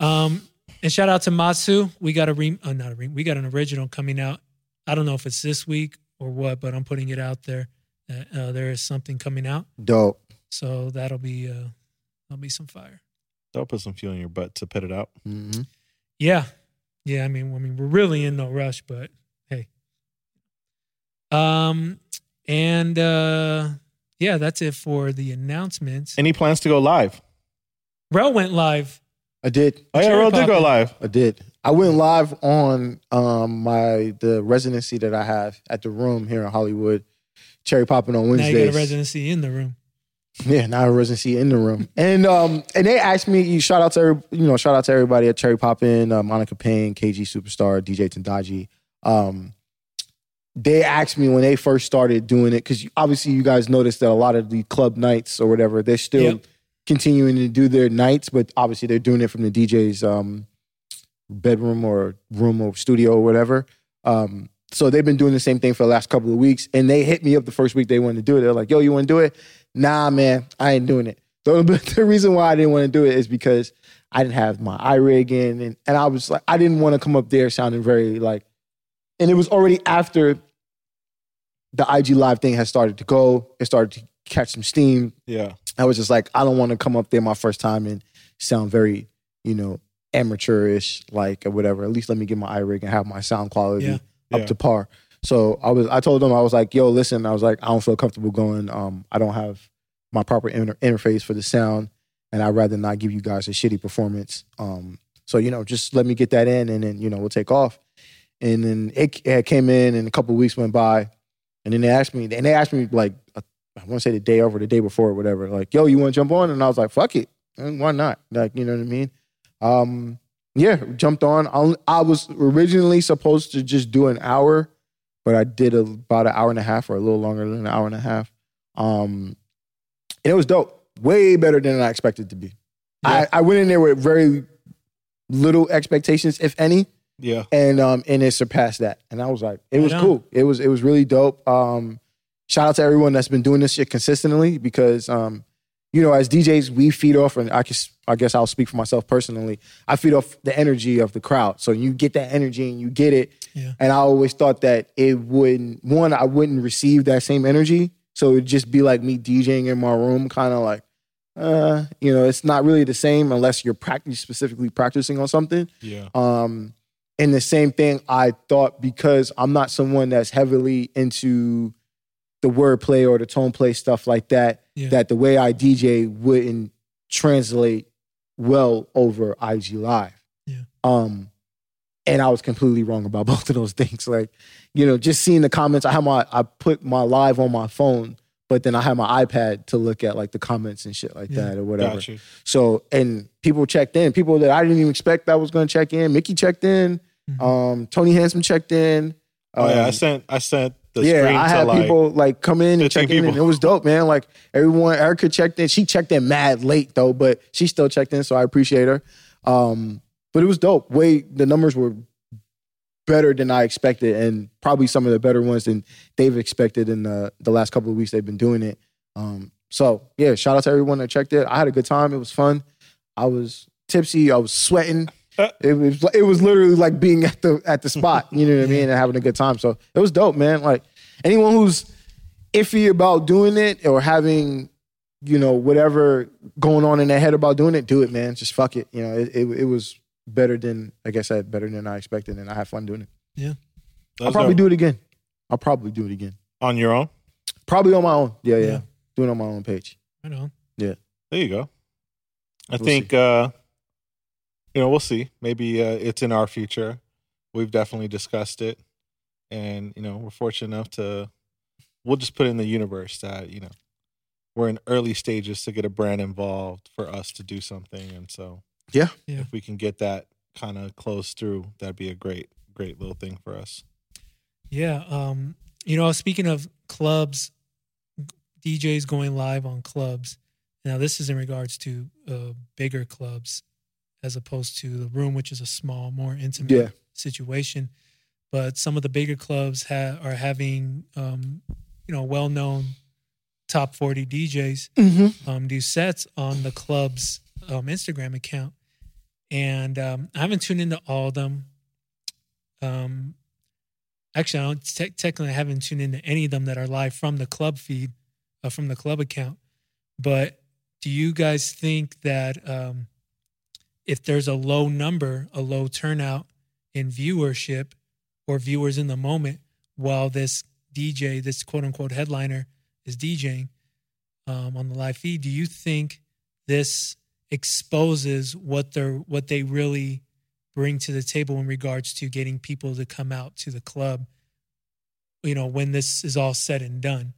S3: um and shout out to matsu we got a re uh, not a re we got an original coming out i don't know if it's this week or what but i'm putting it out there that uh, there is something coming out
S5: Dope.
S3: so that'll be uh that'll be some fire
S4: Don't put some fuel in your butt to pit it out.
S5: Mhm.
S3: yeah yeah i mean i mean we're really in no rush but hey um and uh yeah that's it for the announcements
S4: Any plans to go live?
S3: rel went live
S5: I did.
S4: Oh, yeah,
S3: Sure,
S4: Roll did go
S3: Papa.
S4: live.
S5: I did. I went live on um my the residency that I have at the room here in Hollywood. Cherry popping on
S3: now
S5: Wednesdays.
S3: you got a residency in the room
S5: Yeah, now a residency in the room. And um and they asked me, you shout out to every, you know, shout out to everybody at Cherry Poppin, uh, Monica Payne, KG Superstar, DJ Tendaji. Um they asked me when they first started doing it cuz obviously you guys noticed that a lot of the club nights or whatever, they're still
S3: Yep.
S5: continuing to do their nights, but obviously they're doing it from the DJ's um bedroom or room or studio or whatever. Um, so they've been doing the same thing for the last couple of weeks, and they hit me up the first week they wanted to do it. They're like, "Yo, you want to do it?" Nah, man, I ain't doing it. The, the reason why I didn't want to do it is because I didn't have my eye rig in, and, and I was like, I didn't want to come up there sounding very like, and it was already after the IG live thing had started to go. It started to catch some steam.
S4: Yeah.
S5: I was just like, I don't want to come up there my first time and sound very, you know, amateurish, like or whatever. At least let me get my eye rig and have my sound quality
S3: Yeah.
S5: up
S4: Yeah.
S5: to par. So I was, I told them, I was like, yo, listen, I was like, I don't feel comfortable going. Um, I don't have my proper inter- interface for the sound, and I'd rather not give you guys a shitty performance. Um, so you know, just let me get that in, and then you know, we'll take off. And then it, it came in, and a couple of weeks went by, and then they asked me, and they asked me like, I want to say the day over, the day before, or whatever. Like, yo, you want to jump on? And I was like, fuck it, Mm, why not? Like, you know what I mean? Um, yeah, jumped on. I, I was originally supposed to just do an hour, but I did a, about an hour and a half or a little longer than an hour and a half. Um, and it was dope. Way better than I expected it to be.
S4: Yeah.
S5: I, I went in there with very little expectations, if any,
S4: Yeah.
S5: and um, and it surpassed that. And I was like, it
S3: Right
S5: was
S3: on.
S5: cool. It was it was really dope. Um, shout out to everyone that's been doing this shit consistently because um, you know, as DJs, we feed off, and I guess I guess I'll speak for myself personally. I feed off the energy of the crowd, so you get that energy and you get it.
S3: Yeah.
S5: And I always thought that it wouldn't one, I wouldn't receive that same energy, so it'd just be like me DJing in my room, kind of like, uh, you know, it's not really the same unless you're practicing specifically practicing on something.
S4: Yeah.
S5: Um, and the same thing I thought because I'm not someone that's heavily into the wordplay or the tone play stuff like that.
S3: Yeah.
S5: That the way I DJ wouldn't translate well over IG Live.
S3: Yeah.
S5: Um, and I was completely wrong about both of those things. Like, you know, just seeing the comments, I have my I put my live on my phone, but then I had my iPad to look at like the comments and shit like
S3: Yeah.
S5: that or whatever.
S4: Got you.
S5: So and people checked in. People that I didn't even expect that was going to check in. Mickey checked in.
S3: Mhm.
S5: Um, Tony Handsome checked in.
S4: Oh yeah. I
S5: Um,
S4: sent I sent the
S5: yeah,
S4: screen
S5: I
S4: to
S5: had
S4: like
S5: people like come in and
S4: 15
S5: check in, and it
S4: people.
S5: was dope, man. Like everyone, Erica checked in. She checked in mad late though, but she still checked in, so I appreciate her. Um, but it was dope. Way the numbers were better than I expected, and probably some of the better ones than they've expected in the the last couple of weeks they've been doing it. Um, so yeah, shout out to everyone that checked it. I had a good time. It was fun. I was tipsy. I was sweating. It was it was literally like being at the at the spot. You know what I mean? And having a good time. So it was dope, man. Like anyone who's iffy about doing it or having you know whatever going on in their head about doing it, do it, man. Just fuck it. You know, it it, it was better than like I said, better than I expected, and I had fun doing it.
S4: those
S5: I'll probably
S4: are
S5: do it again. I'll probably do it again.
S4: on your own.
S5: Probably on my own. Yeah, yeah.
S3: Yeah.
S5: Doing it on my own page.
S3: I know.
S4: There you go. I
S5: We'll
S4: think uh you know, we'll see. Maybe uh, it's in our future. We've definitely discussed it. And, you know, we're fortunate enough to we'll just put it in the universe that, you know, we're in early stages to get a brand involved for us to do something. And so
S5: Yeah.
S3: Yeah.
S4: If we can get that kind of close through, that'd be a great, great little thing for us.
S3: Yeah. Um, you know, speaking of clubs, DJs going live on clubs. Now, this is in regards to uh, bigger clubs as opposed to the room, which is a small, more intimate
S5: Yeah.
S3: situation. But some of the bigger clubs ha- are having, um, you know, well known top 40 DJs
S5: Mm-hmm.
S3: um, do sets on the club's um, Instagram account, and um, I haven't tuned into all of them. Um, actually, I don't te- technically I haven't tuned into any of them that are live from the club feed, uh, from the club account. But do you guys think that um, if there's a low number, a low turnout in viewership or viewers in the moment, while this DJ, this quote unquote headliner, is DJing, um, on the live feed. Do you think this exposes what they're what they really bring to the table in regards to getting people to come out to the club? You know, when this is all said and done.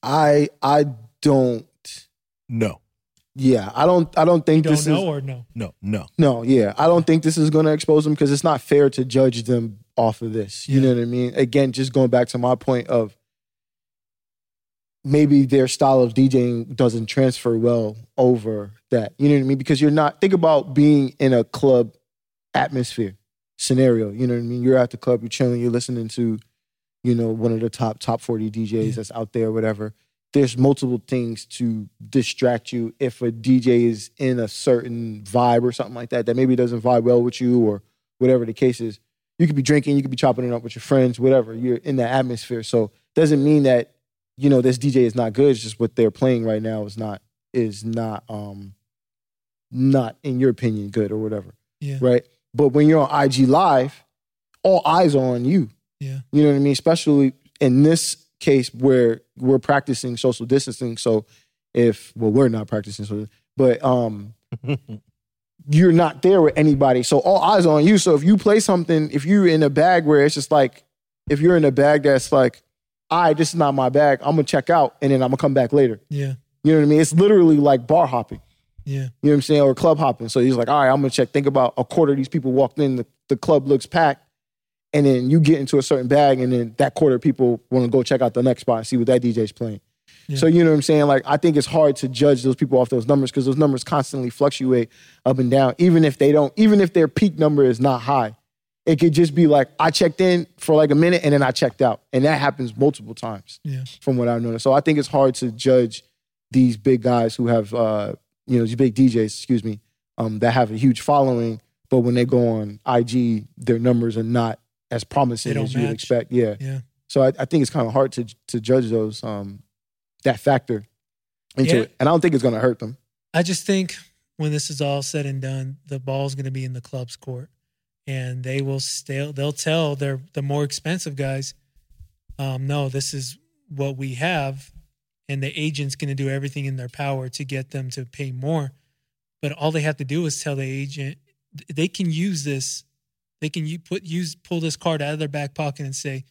S5: I I don't
S4: No,
S5: yeah, I don't I don't
S3: You
S5: think
S3: don't
S5: this
S3: know
S5: is
S3: or no?
S4: no, no.
S5: no, yeah. I don't think this is gonna expose them because it's not fair to judge them off of this. You
S3: Yeah.
S5: know what I mean? Again, just going back to my point of maybe their style of DJing doesn't transfer well over that. You know what I mean? Because you're not think about being in a club atmosphere scenario. You know what I mean? You're at the club, you're chilling, you're listening to, you know, one of the top top 40 DJs
S3: Yeah.
S5: that's out there, whatever. There's multiple things to distract you if a DJ is in a certain vibe or something like that that maybe doesn't vibe well with you or whatever the case is. You could be drinking, you could be chopping it up with your friends, whatever. You're in that atmosphere. So doesn't mean that you know, this DJ is not good. It's just what they're playing right now is not is not um not in your opinion good or whatever.
S3: Yeah.
S5: Right. But when you're on IG live, all eyes are on you.
S3: Yeah.
S5: You know what I mean? Especially in this case where we're practicing social distancing. So if well, we're not practicing social, but um you're not there with anybody. So all eyes on you. So if you play something, if you're in a bag where it's just like, if you're in a bag that's like, all right, this is not my bag, I'm gonna check out and then I'm gonna come back later.
S3: Yeah.
S5: You know what I mean? It's literally like bar hopping,
S3: Yeah.
S5: you know what I'm saying? Or club hopping. So he's like, all right, I'm gonna check. Think about a quarter of these people walked in, the, the club looks packed, and then you get into a certain bag, and then that quarter of people wanna go check out the next spot and see what that DJ's playing.
S3: Yeah.
S5: So you know what I'm saying? Like I think it's hard to judge those people off those numbers because those numbers constantly fluctuate up and down. Even if they don't, even if their peak number is not high, it could just be like I checked in for like a minute and then I checked out, and that happens multiple times
S3: Yeah.
S5: from what I've noticed. So I think it's hard to judge these big guys who have, uh, you know, these big DJs, excuse me, um, that have a huge following, but when they go on IG, their numbers are not as promising
S3: They don't
S5: as you'd
S3: match.
S5: expect. Yeah.
S3: Yeah.
S5: So I, I think it's kind of hard to to judge those um, that factor into
S3: Yeah.
S5: it, and I don't think it's going to hurt them.
S3: I just think when this is all said and done, the ball's going to be in the club's court, and they will still they'll tell their the more expensive guys, um, no, this is what we have, and the agent's going to do everything in their power to get them to pay more. But all they have to do is tell the agent they can use this, they can you put use pull this card out of their back pocket and say,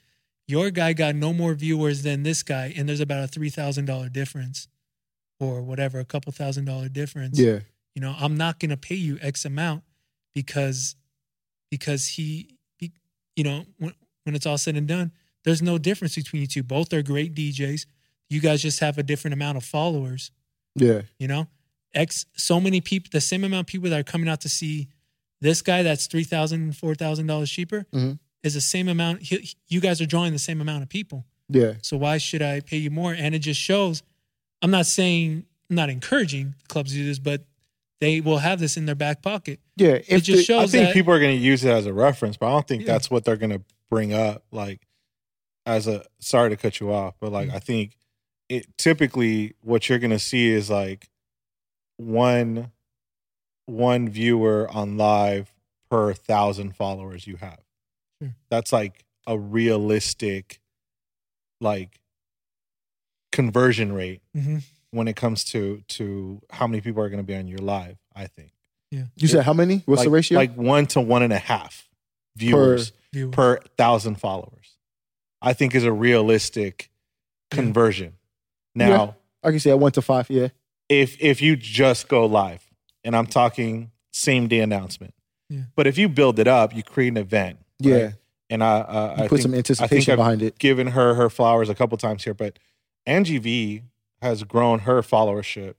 S3: your guy got no more viewers than this guy, and there's about a three thousand dollar difference, or whatever, a couple thousand dollar difference
S5: Yeah,
S3: you know i'm not going to pay you x amount because because he, he you know when, when it's all said and done there's no difference between you two both are great djs you guys just have a different amount of followers
S5: yeah,
S3: you know x so many people the same amount of people that are coming out to see this guy that's $3000 $4000 cheaper
S5: Mhm.
S3: is the same amount he, you guys are drawing the same amount of people
S5: yeah,
S3: so why should I pay you more? And it just shows. I'm not saying, I'm not encouraging clubs to do this, but they will have this in their back pocket.
S5: yeah. If
S3: It just
S5: the-
S4: I
S3: shows
S4: think
S3: that.
S4: people are going to use it as a reference, but I don't think
S3: Yeah.
S4: that's what they're going to bring up. Like, as a sorry to cut you off, but
S3: Mm.
S4: like I think it typically what you're going to see is like one one viewer on live per thousand followers you have.
S3: Sure.
S4: That's like a realistic like conversion rate
S3: mm-hmm.
S4: when it comes to to how many people are going to be on your live. I think.
S5: you said how many? What's
S4: like,
S5: the ratio?
S4: Like one to one and a half viewers
S3: viewer.
S4: per, thousand followers. I think is a realistic conversion.
S5: Yeah.
S4: Now,
S5: I can say I went to five. Yeah,
S4: if if you just go live, and I'm talking same day announcement,
S3: Yeah.
S4: but if you build it up, you create an event.
S5: yeah.
S4: right? and I uh,
S5: You
S4: I
S5: put
S4: think-
S5: some anticipation
S4: I've-
S5: behind it.
S4: given her her flowers a couple times here, but Angie V has grown her followership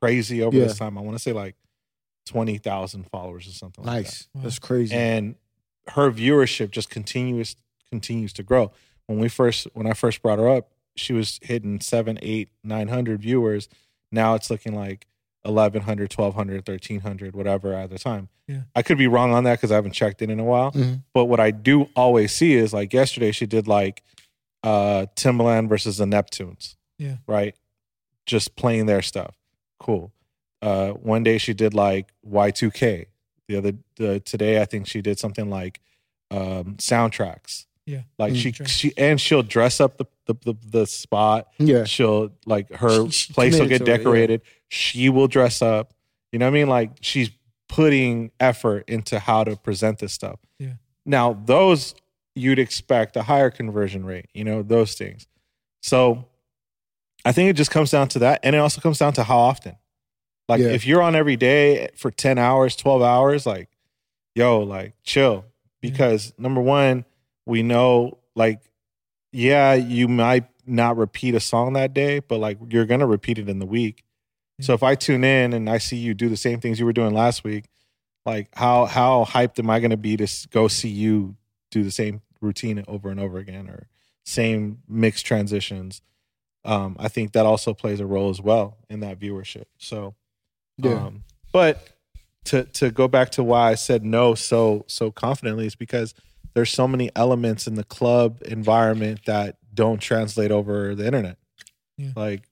S4: crazy over
S5: Yeah.
S4: this time. I want to say like twenty thousand followers or something. like that
S5: Nice. That's crazy.
S4: Oh, and her viewership just continues continues to grow. When we first when I first brought her up, she was hitting seven, eight, nine hundred viewers. Now it's looking like 1100 1200 1300 whatever at the time
S3: Yeah.
S4: i could be wrong on that because i haven't checked it in a while
S5: Mhm.
S4: but what i do always see is like yesterday she did like uh timbaland versus the neptunes
S3: Yeah.
S4: right just playing their stuff cool uh one day she did like y2k the other the, today i think she did something like um soundtracks
S3: Yeah.
S4: like she
S3: Soundtracks.
S4: she and she'll dress up the the the, the spot
S5: yeah,
S4: she'll like her
S5: She- she
S4: place will
S5: committed
S4: get
S5: to it, yeah.
S4: decorated she will dress up you know what i mean like she's putting effort into how to present this stuff
S3: Yeah.
S4: now those you'd expect a higher conversion rate you know those things so i think it just comes down to that and it also comes down to how often like
S5: Yeah.
S4: if you're on every day for 10 hours 12 hours like yo like chill
S3: Yeah.
S4: because number one we know like yeah, you might not repeat a song that day, but like you're gonna repeat it in the week. So
S3: Yeah.
S4: if I tune in and I see you do the same things you were doing last week, like how how hyped am I gonna be to s- go see you do the same routine over and over again or same mixed transitions? Um, I think that also plays a role as well in that viewership. So
S5: yeah.
S4: um, but to to go back to why I said no so so confidently is because there's so many elements in the club environment that don't translate over the internet.
S3: Yeah.
S4: Like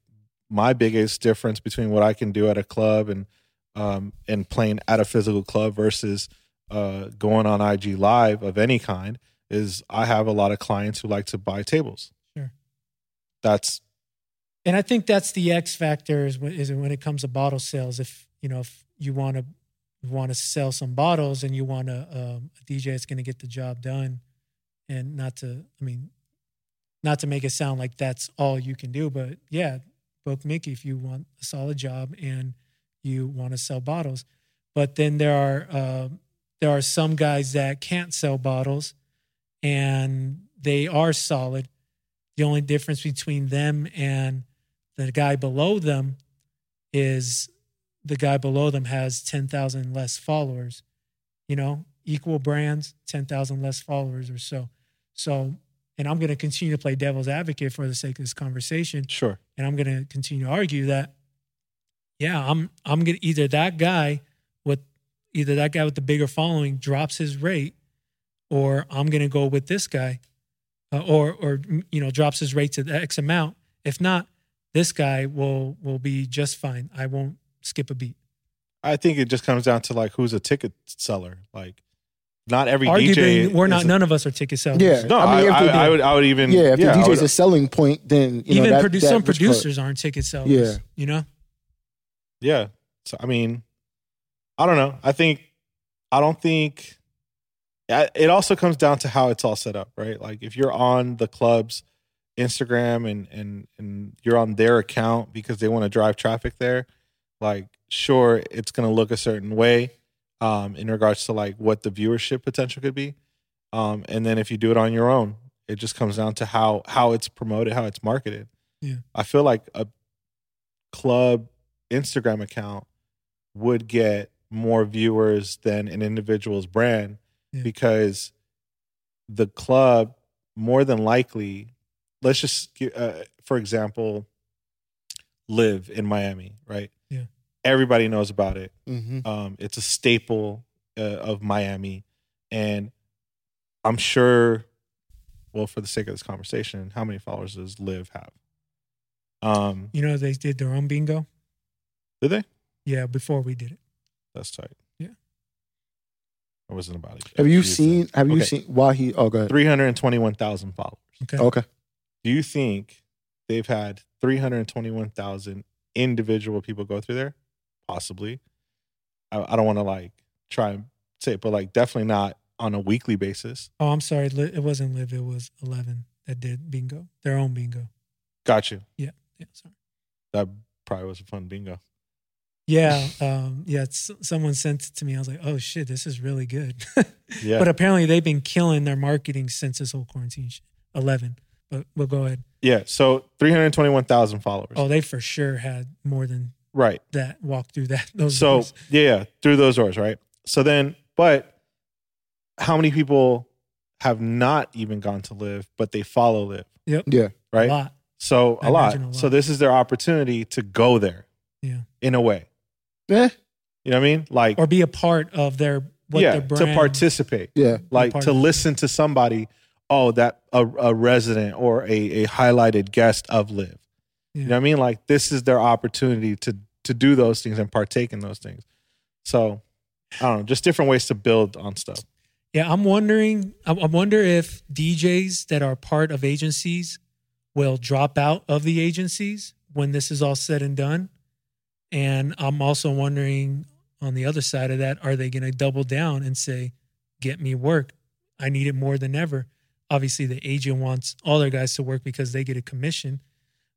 S4: my biggest difference between what I can do at a club and um, and playing at a physical club versus uh, going on IG live of any kind is I have a lot of clients who like to buy tables.
S3: Sure.
S4: That's
S3: And I think that's the X factor is when, is when it comes to bottle sales. If you know if you want to want to sell some bottles and you want a, um, a DJ that's going to get the job done, and not to I mean, not to make it sound like that's all you can do, but yeah, book Mickey if you want a solid job and you want to sell bottles. But then there are um there are some guys that can't sell bottles, and they are solid. The only difference between them and the guy below them is the guy below them has 10,000 less followers, you know, equal brands, 10,000 less followers or so. So, and I'm going to continue to play devil's advocate for the sake of this conversation
S4: sure.
S3: and I'm going to continue to argue that yeah, I'm I'm going to either that guy with either that guy with the bigger following drops his rate or I'm going to go with this guy uh, or or you know drops his rate to the x amount. If not, this guy will will be just fine. I won't skip a beat.
S4: I think it just comes down to like who's a ticket seller. Like not every
S3: Arguably,
S4: DJ.
S3: we're
S4: is
S3: not
S4: a-
S3: none of us are ticket sellers.
S5: Yeah.
S4: No,
S5: I
S4: I,
S5: mean, if
S4: I,
S5: they
S4: I
S5: did-
S4: would. I would even.
S5: yeah, if
S4: I
S5: the DJ's
S4: would-
S5: a selling point, then you know
S3: Even
S5: that,
S3: produ-
S5: that
S3: some
S5: was
S3: producers aren't ticket sellers.
S5: Yeah.
S3: You know?
S4: Yeah. So I mean, I don't know. I think I don't think I- it also comes down to how it's all set up, right? Like if you're on the club's Instagram and and and you're on their account because they want to drive traffic there, like sure it's going to look a certain way um in regards to like what the viewership potential could be. Um and then if you do it on your own, it just comes down to how how it's promoted, how it's marketed.
S3: Yeah.
S4: I feel like a club Instagram account would get more viewers than an individual's brand
S3: Yeah.
S4: because the club more than likely let's just gi- uh, for example live in miami right
S3: Yeah.
S4: everybody knows about it
S5: Mhm.
S4: um, it's a staple uh, of Miami, and I'm sure. Well, for the sake of this conversation, how many followers does Liv have? Um,
S3: You know, they did their own bingo.
S4: did they?
S3: Yeah, before we did it.
S4: That's tight.
S3: Yeah.
S4: I wasn't about it.
S5: Have you seen? Have you
S4: Okay.
S5: seen? Why he? Oh, go ahead.
S4: three hundred twenty-one thousand followers?
S3: Okay.
S5: Okay.
S4: Do you think they've had three hundred twenty-one thousand individual people go through there? Possibly. I, I don't want to like try and say, it, but like definitely not on a weekly basis.
S3: Oh, I'm sorry. Li- It wasn't Live. It was 11 that did bingo, their own bingo.
S4: Got you.
S3: Yeah, sorry.
S4: That probably was a fun bingo.
S3: Yeah, um, yeah. It's, someone sent it to me. I was like, "Oh shit, this is really good."
S4: Yeah.
S3: But apparently, they've been killing their marketing since this whole quarantine. Sh- Eleven, but we'll go ahead.
S4: yeah. So 321,000 followers.
S3: Oh, they for sure had more than
S4: right.
S3: that. Walk through that. Those
S4: so
S3: doors.
S4: yeah, yeah, through those doors, right? So then, but how many people have not even gone to live, but they follow live,
S5: Yeah.
S3: a
S4: right?
S3: lot.
S4: So
S3: I
S4: a lot.
S3: imagine a lot.
S4: So this is their opportunity to go there.
S3: Yeah.
S4: In a way.
S5: Eh,
S4: You know what I mean? Like
S3: or be a part of their what
S4: yeah,
S3: their brand
S4: to participate.
S5: yeah.
S4: like
S3: part
S4: to
S3: of it.
S4: listen to somebody oh that a, a resident or a, a highlighted guest of live you
S3: Yeah.
S4: know what i mean like this is their opportunity to to do those things and partake in those things so i don't know just different ways to build on stuff
S3: Yeah, I'm wondering. I I wonder if DJs that are part of agencies will drop out of the agencies when this is all said and done. And I'm also wondering on the other side of that, are they going to double down and say, "Get me work. I need it more than ever." Obviously, the agent wants all their guys to work because they get a commission.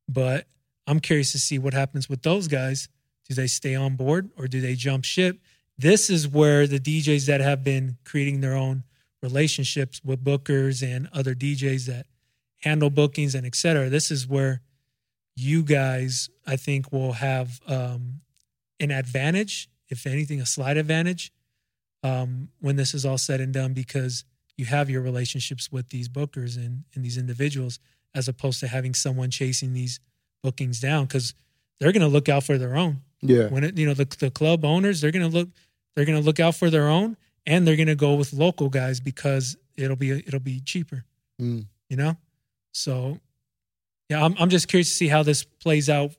S3: But I'm curious to see what happens with those guys. Do they stay on board or do they jump ship? this is where the DJs that have been creating their own relationships with bookers and other DJs that handle bookings and et cetera, this is where you guys, I think, will have um, an advantage, if anything, a slight advantage um, when this is all said and done because you have your relationships with these bookers and, and these individuals as opposed to having someone chasing these bookings down because they're going to look out for their own
S5: Yeah.
S3: when it, you know the, the club owners they're going to look they're going to look out for their own and they're going to go with local guys because it'll be it'll be cheaper
S5: Mm.
S3: you know so Yeah, I'm, I'm just curious to see how this plays out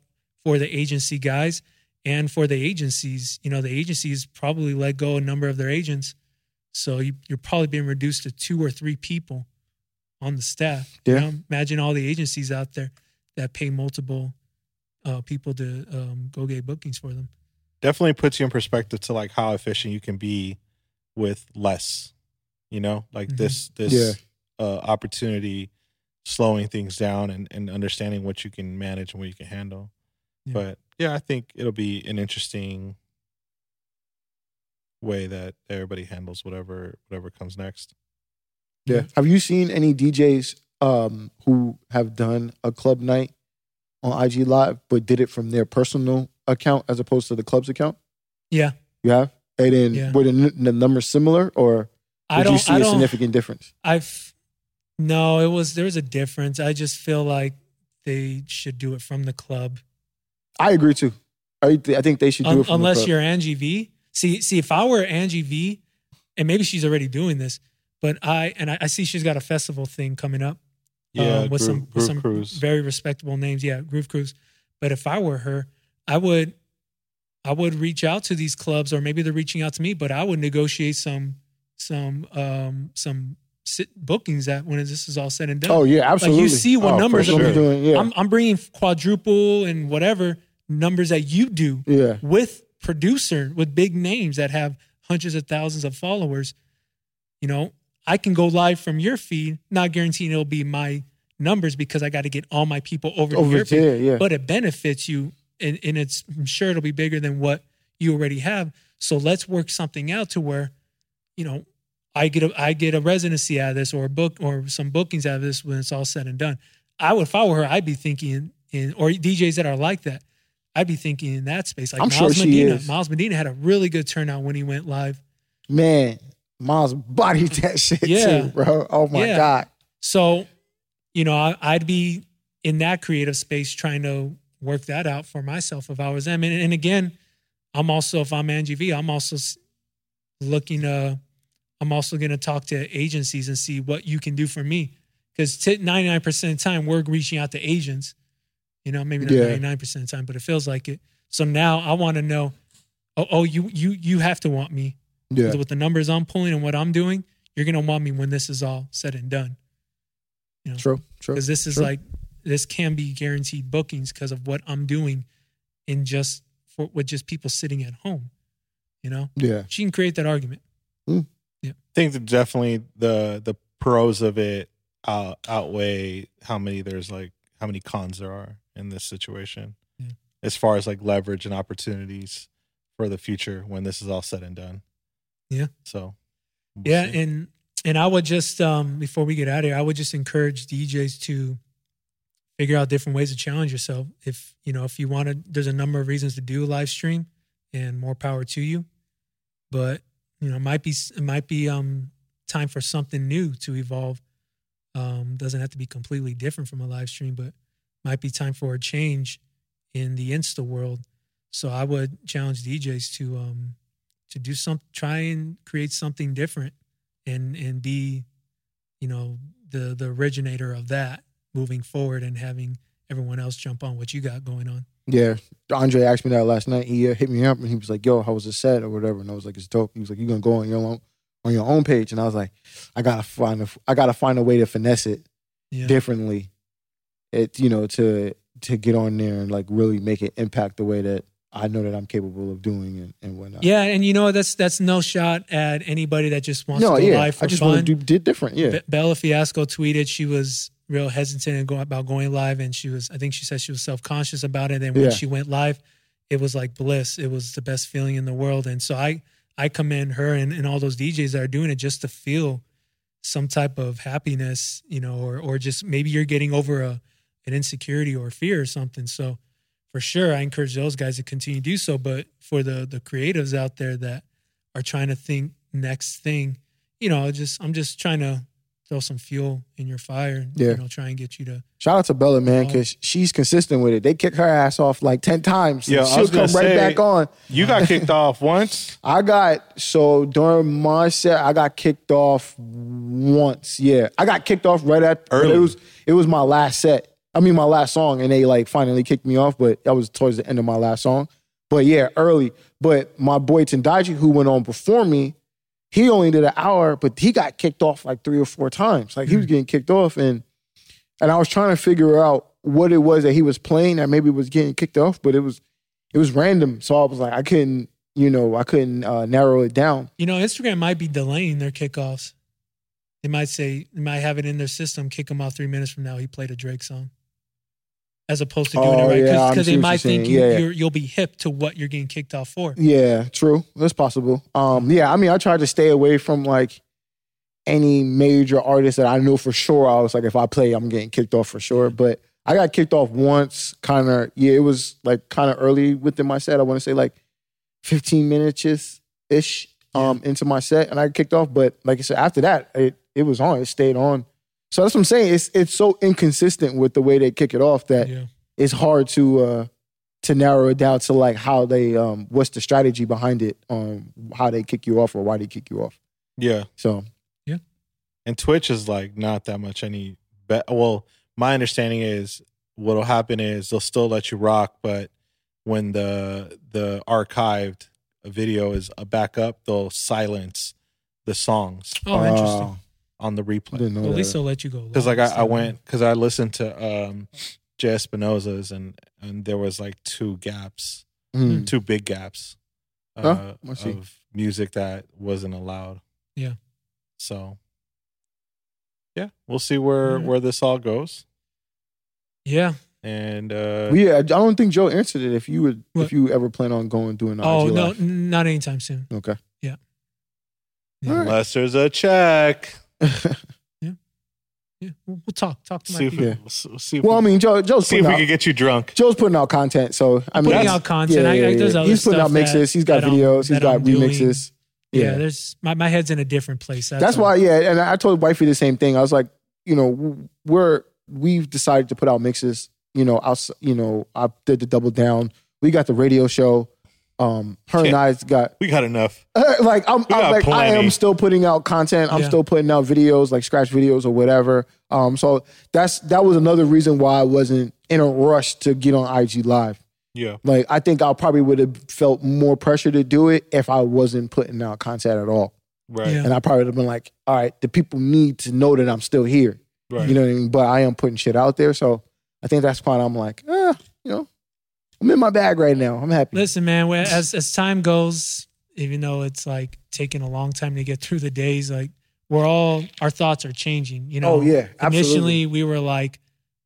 S3: for the agency guys and for the agencies. You know, the agencies probably let go a number of their agents. So you, you're probably being reduced to two or three people on the staff. You
S5: Yeah.
S3: know, imagine all the agencies out there that pay multiple uh, people to um, go get bookings for them.
S4: definitely puts you in perspective to like how efficient you can be with less you know like
S3: Mhm.
S4: this this uh, opportunity slowing things down and, and understanding what you can manage and what you can handle
S3: Yeah.
S4: but yeah i think it'll be an interesting way that everybody handles whatever whatever comes next
S5: Yeah. Have you seen any DJs um, who have done a club night on IG Live, but did it from their personal account as opposed to the club's account?
S3: Yeah.
S5: You have? And then
S3: Yeah.
S5: were the, n- the numbers similar or
S3: I
S5: did you
S3: don't,
S5: see
S3: I
S5: a
S3: don't,
S5: significant difference?
S3: I've no, it was there was a difference. I just feel like they should do it from the club,
S5: I agree too. I, th- I think they should do
S3: Un-
S5: it from
S3: unless
S5: the club.
S3: you're Angie V. See, see, if I were Angie V, and maybe she's already doing this, but I and I, I see she's got a festival thing coming up. um, with some with some very respectable names. Yeah, Groove Cruise. But if I were her, I would I would reach out to these clubs, or maybe they're reaching out to me. But I would negotiate some some um some sit bookings that when this is all said and done.
S5: Oh yeah, absolutely.
S3: see what
S4: Oh, for
S3: numbers
S4: sure.
S5: What I'm doing, yeah.
S3: I'm I'm bringing quadruple and whatever numbers that you do
S5: yeah.
S3: with producer with big names that have hundreds of thousands of followers, you know, I can go live from your feed, not guaranteeing it'll be my numbers because I got to get all my people over, to
S5: Over
S3: your feed.
S5: there, yeah.
S3: But it benefits you and, and it's I'm sure it'll be bigger than what you already have. So let's work something out to where, you know, I get a I get a residency out of this or a book or some bookings out of this when it's all said and done. I would if I were her, I'd be thinking in or DJs that are like that, I'd be thinking in that space. Like
S5: I'm sure
S3: Miles
S5: she
S3: Medina.
S5: is.
S3: Miles Medina had a really good turnout when he went live.
S5: Man, Miles bodied that shit
S3: Yeah.
S5: too, bro. Oh my
S3: Yeah.
S5: God.
S3: So, you know, I, I'd be in that creative space trying to work that out for myself if I was them. And, and again, I'm also if I'm Angie V, I'm also s- looking to. I'm also going to talk to agencies and see what you can do for me because 99% of the time we're reaching out to agents. You know, maybe not
S5: Yeah.
S3: 99% of the time, but it feels like it. So now I want to know. Oh, oh, you you you have to want me
S5: Yeah.
S3: with the numbers I'm pulling and what I'm doing, you're gonna want me when this is all said and done.
S5: True. True.
S3: Because this is
S5: Sure.
S3: like this can be guaranteed bookings because of what I'm doing in just for with just people sitting at home. You know?
S5: Yeah.
S3: She can create that argument.
S4: I think that definitely the the pros of it out, outweigh how many there's like how many cons there are in this situation,
S3: Yeah.
S4: as far as like leverage and opportunities for the future when this is all said and done.
S3: Yeah.
S4: So. we'll
S3: Yeah,
S4: see.
S3: and and I would just um before we get out of here, I would just encourage DJs to figure out different ways to challenge yourself. If you know, if you want to, there's a number of reasons to do a live stream, and more power to you. But you know, it might be it might be um time for something new to evolve. Um, doesn't have to be completely different from a live stream, but might be time for a change in the Insta world. So I would challenge DJs to um to do some try and create something different and and be you know the the originator of that moving forward and having everyone else jump on what you got going on
S5: Yeah, Andre asked me that last night. He uh, hit me up and he was like, "Yo, how was the set or whatever?" And I was like, "It's dope." He was like, "You gonna go on your own on your own page?" And I was like, "I gotta find a I gotta find a way to finesse it
S3: yeah
S5: differently. It you know to to get on there and like really make it impact the way that I know that I'm capable of doing and, and whatnot."
S3: yeah and you know that's that's no shot at anybody that just wants
S5: no,
S3: to go
S5: yeah.
S3: live for
S5: I just
S3: fun
S5: want to do did different. Yeah,
S3: Be- Bella Fiasco tweeted she was real hesitant and go- about going live, and she was I think she said she was self conscious about it. And when
S5: Yeah.
S3: she went live, it was like bliss. It was the best feeling in the world, and so I I commend her and, and all those DJs that are doing it just to feel some type of happiness, you know, or or just maybe you're getting over a an insecurity or fear or something. So for sure, I encourage those guys to continue to do so. But for the the creatives out there that are trying to think next thing, you know, just I'm just trying to throw some fuel in your fire and
S5: Yeah.
S3: you know try and get you to
S5: shout out to Bella man
S3: Oh.
S5: because she's consistent with it. They kick her ass off like ten times.
S4: Yeah,
S5: Yeah,
S4: I
S5: she'll
S4: was
S5: come
S4: gonna
S5: right
S4: say-
S5: back on.
S4: you got kicked off once.
S5: I got so during my set, I got kicked off once. Yeah, I got kicked off right at. but
S4: Early.
S5: It was it was my last set. I mean, my last song, and they like finally kicked me off, but that was towards the end of my last song. But yeah, early. But my boy Tendaji, who went on before me, he only did an hour, but he got kicked off like three or four times. Like he was getting kicked off, and and I was trying to figure out what it was that he was playing that maybe was getting kicked off, but it was it was random. So I was like, I couldn't, you know, I couldn't uh, narrow it down.
S3: You know, Instagram might be delaying their kickoffs. They might say they might have it in their system. Kick him off three minutes from now. He played a Drake song, as opposed to doing it
S5: Oh,
S3: right
S5: yeah, I
S3: because
S5: see what
S3: they
S5: you're
S3: might think
S5: saying.
S3: you,
S5: Yeah, yeah.
S3: You're, you'll be hip to what you're getting kicked off for.
S5: Yeah, true. That's possible. Um, yeah, I mean, I tried to stay away from like any major artist that I knew for sure. I was like, if I play, I'm getting kicked off for sure. But I got kicked off once, kind of. Yeah, it was like kind of early within my set. I want to say like 15 minutes ish um, into my set, and I got kicked off. But like I said, after that, it it was on. It stayed on. So that's what I'm saying. It's it's so inconsistent with the way they kick it off that
S3: Yeah.
S5: it's hard to uh to narrow it down to like how they um what's the strategy behind it um how they kick you off or why they kick you off
S4: Yeah.
S5: so
S4: And Twitch is like not that much any bet. Well, my understanding is what'll happen is they'll still let you rock, but when the the archived video is a back up, they'll silence the songs
S3: Oh, interesting.
S5: uh,
S4: on the
S5: I
S4: replay.
S5: didn't know
S3: Well, at
S5: that.
S3: least they'll let you go.
S4: Because like
S3: live,
S4: I,
S3: so-
S4: I went because I listened to um Jay Espinoza's and and there was like two gaps,
S3: Hmm.
S5: Mm.
S4: two big gaps
S5: Huh?
S4: uh,
S5: I see.
S4: of music that wasn't allowed.
S3: Yeah.
S4: So yeah, we'll see where
S3: Alright.
S4: where this all goes.
S3: Yeah.
S4: And uh
S5: Well, yeah i don't think joe answered it if you would
S3: What?
S5: if you ever plan on going doing an
S3: Oh
S5: IG
S3: no,
S5: Live.
S3: n- not anytime soon.
S5: okay
S3: Yeah.
S5: All right.
S4: unless there's a check,
S3: Yeah, we'll, we'll talk. Talk to my
S4: see if
S3: people.
S4: we,
S5: Yeah.
S4: s- see if
S5: well i
S4: we,
S5: mean joe joe's
S4: see if
S5: putting
S4: we
S5: out,
S4: can get you drunk.
S5: joe's putting out content so i mean
S3: putting
S5: that's-
S3: out content. I- I- there's other
S5: he's putting
S3: stuff
S5: out mixes
S3: that-
S5: he's got
S3: that I'm-
S5: videos he's
S3: that
S5: got
S3: I'm doing.
S5: remixes
S3: Yeah,
S5: yeah.
S3: there's my, my head's in a different place. That's,
S5: That's
S3: all.
S5: why, yeah. And I told wifey the same thing. I was like, you know, we're we've decided to put out mixes. You know, outs you know, I did the double down. We got the radio show. Um, her and
S4: Yeah.
S5: I's got
S4: We got enough.
S5: like I'm,
S4: got
S5: I'm like I am
S4: plenty.
S5: still putting out content. I'm
S3: Yeah.
S5: still putting out videos like scratch videos or whatever. Um, so that's that was another reason why I wasn't in a rush to get on IG live.
S4: Yeah.
S5: Like I think I probably would have felt more pressure to do it if I wasn't putting out content at all.
S4: Right.
S3: Yeah.
S5: And I probably would have been like, all right, the people need to know that I'm still here.
S4: Right.
S5: You know what I mean? But I am putting shit out there. So I think that's why I'm like, ah, you know, I'm in my bag right now. I'm happy.
S3: Listen, man. we- As as time goes, even though it's like taking a long time to get through the days, like we're all our thoughts are changing. You know.
S5: oh, yeah. Absolutely.
S3: Initially, we were like,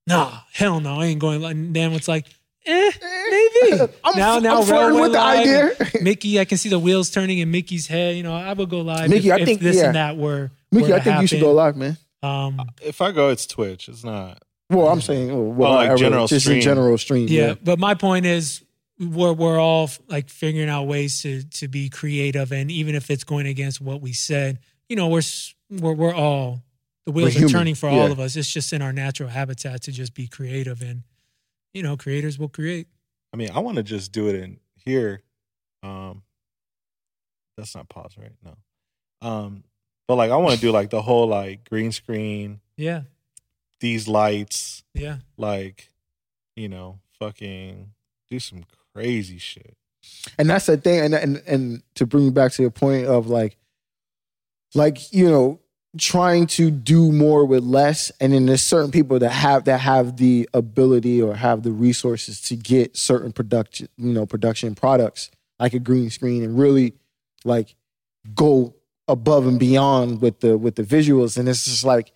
S3: "Nah, hell no, I ain't going." And then it's like, "Eh, maybe."
S5: I'm,
S3: now,
S5: I'm
S3: now
S5: flirting
S3: Railway
S5: with the
S3: Live,
S5: idea.
S3: Mickey, I can see the wheels turning in Mickey's head. You know, I would go live.
S5: Mickey,
S3: if,
S5: I
S3: if
S5: think-
S3: this
S5: yeah.
S3: and that were
S5: Mickey,
S3: were
S5: I
S3: to
S5: think you should
S3: happen.
S5: go live, man.
S3: Um,
S4: If I go, it's Twitch. It's not.
S5: Well, I'm saying, oh, well,
S4: like
S5: whatever,
S4: general
S5: just in
S4: stream.
S5: general stream.
S3: yeah,
S5: Yeah.
S3: but my point is we're we're all like figuring out ways to to be creative and even if it's going against what we said you know we're s- we're, we're all the wheels are
S5: human,
S3: turning for
S5: yeah.
S3: all of us it's just in our natural habitat to just be creative and you know creators will create
S4: I mean, I want to just do it in here. Um, that's not pause, right? No. Um, but like, I want to do like the whole like green screen,
S3: yeah
S4: these lights,
S3: yeah
S4: like, you know, fucking do some crazy shit.
S5: And that's the thing. And, and, and to bring you back to your point of like, like, you know, trying to do more with less and then there's certain people that have that have the ability or have the resources to get certain production you know production products like a green screen and really like go above and beyond with the with the visuals and it's just like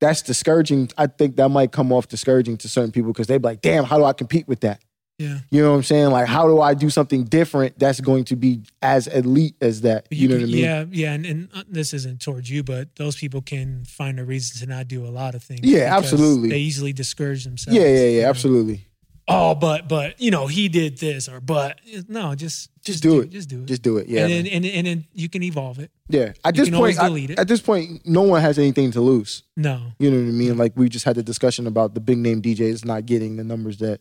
S5: that's discouraging i think that might come off discouraging to certain people because they'd be like damn how do i compete with that
S3: Yeah.
S5: you know what i'm saying like how do i do something different that's going to be as elite as that
S3: But
S5: you, know
S3: can-
S5: what i mean
S3: yeah yeah and, and uh, this isn't towards you but those people can find a reason to not do a lot of things
S5: Yeah,
S3: because
S5: absolutely.
S3: they easily discourage themselves
S5: yeah yeah
S3: you
S5: yeah
S3: know?
S5: absolutely
S3: oh but but you know he did this or but no just
S5: Just do it.
S3: just do it
S5: just do it yeah
S3: and, then, and and then you can evolve it.
S5: Yeah. At
S3: You
S5: this
S3: can always
S5: point, I-
S3: delete it.
S5: at this point, no one has anything to lose.
S3: No,
S5: You know what I mean? Like we just had the discussion about the big name DJs not getting the numbers that,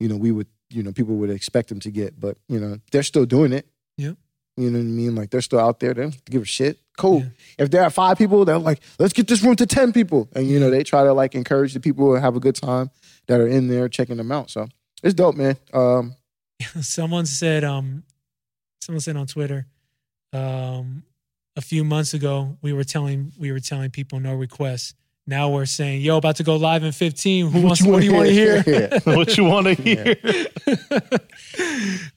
S5: you know, we would, you know, people would expect them to get. But you know, they're still doing it.
S3: Yeah.
S5: You know what I mean? Like they're still out there. They don't give a shit. cool. If there are five people, they're like, let's get this room to ten people, and you know they try to like encourage the people to have a good time that are in there checking them out. So it's dope, man. Um,
S3: someone said um someone said on Twitter um a few months ago we were telling we were telling people no requests. Now we're saying, yo, about to go live in 15. Who wants what do you want to hear?
S5: yeah,
S6: what you want to hear?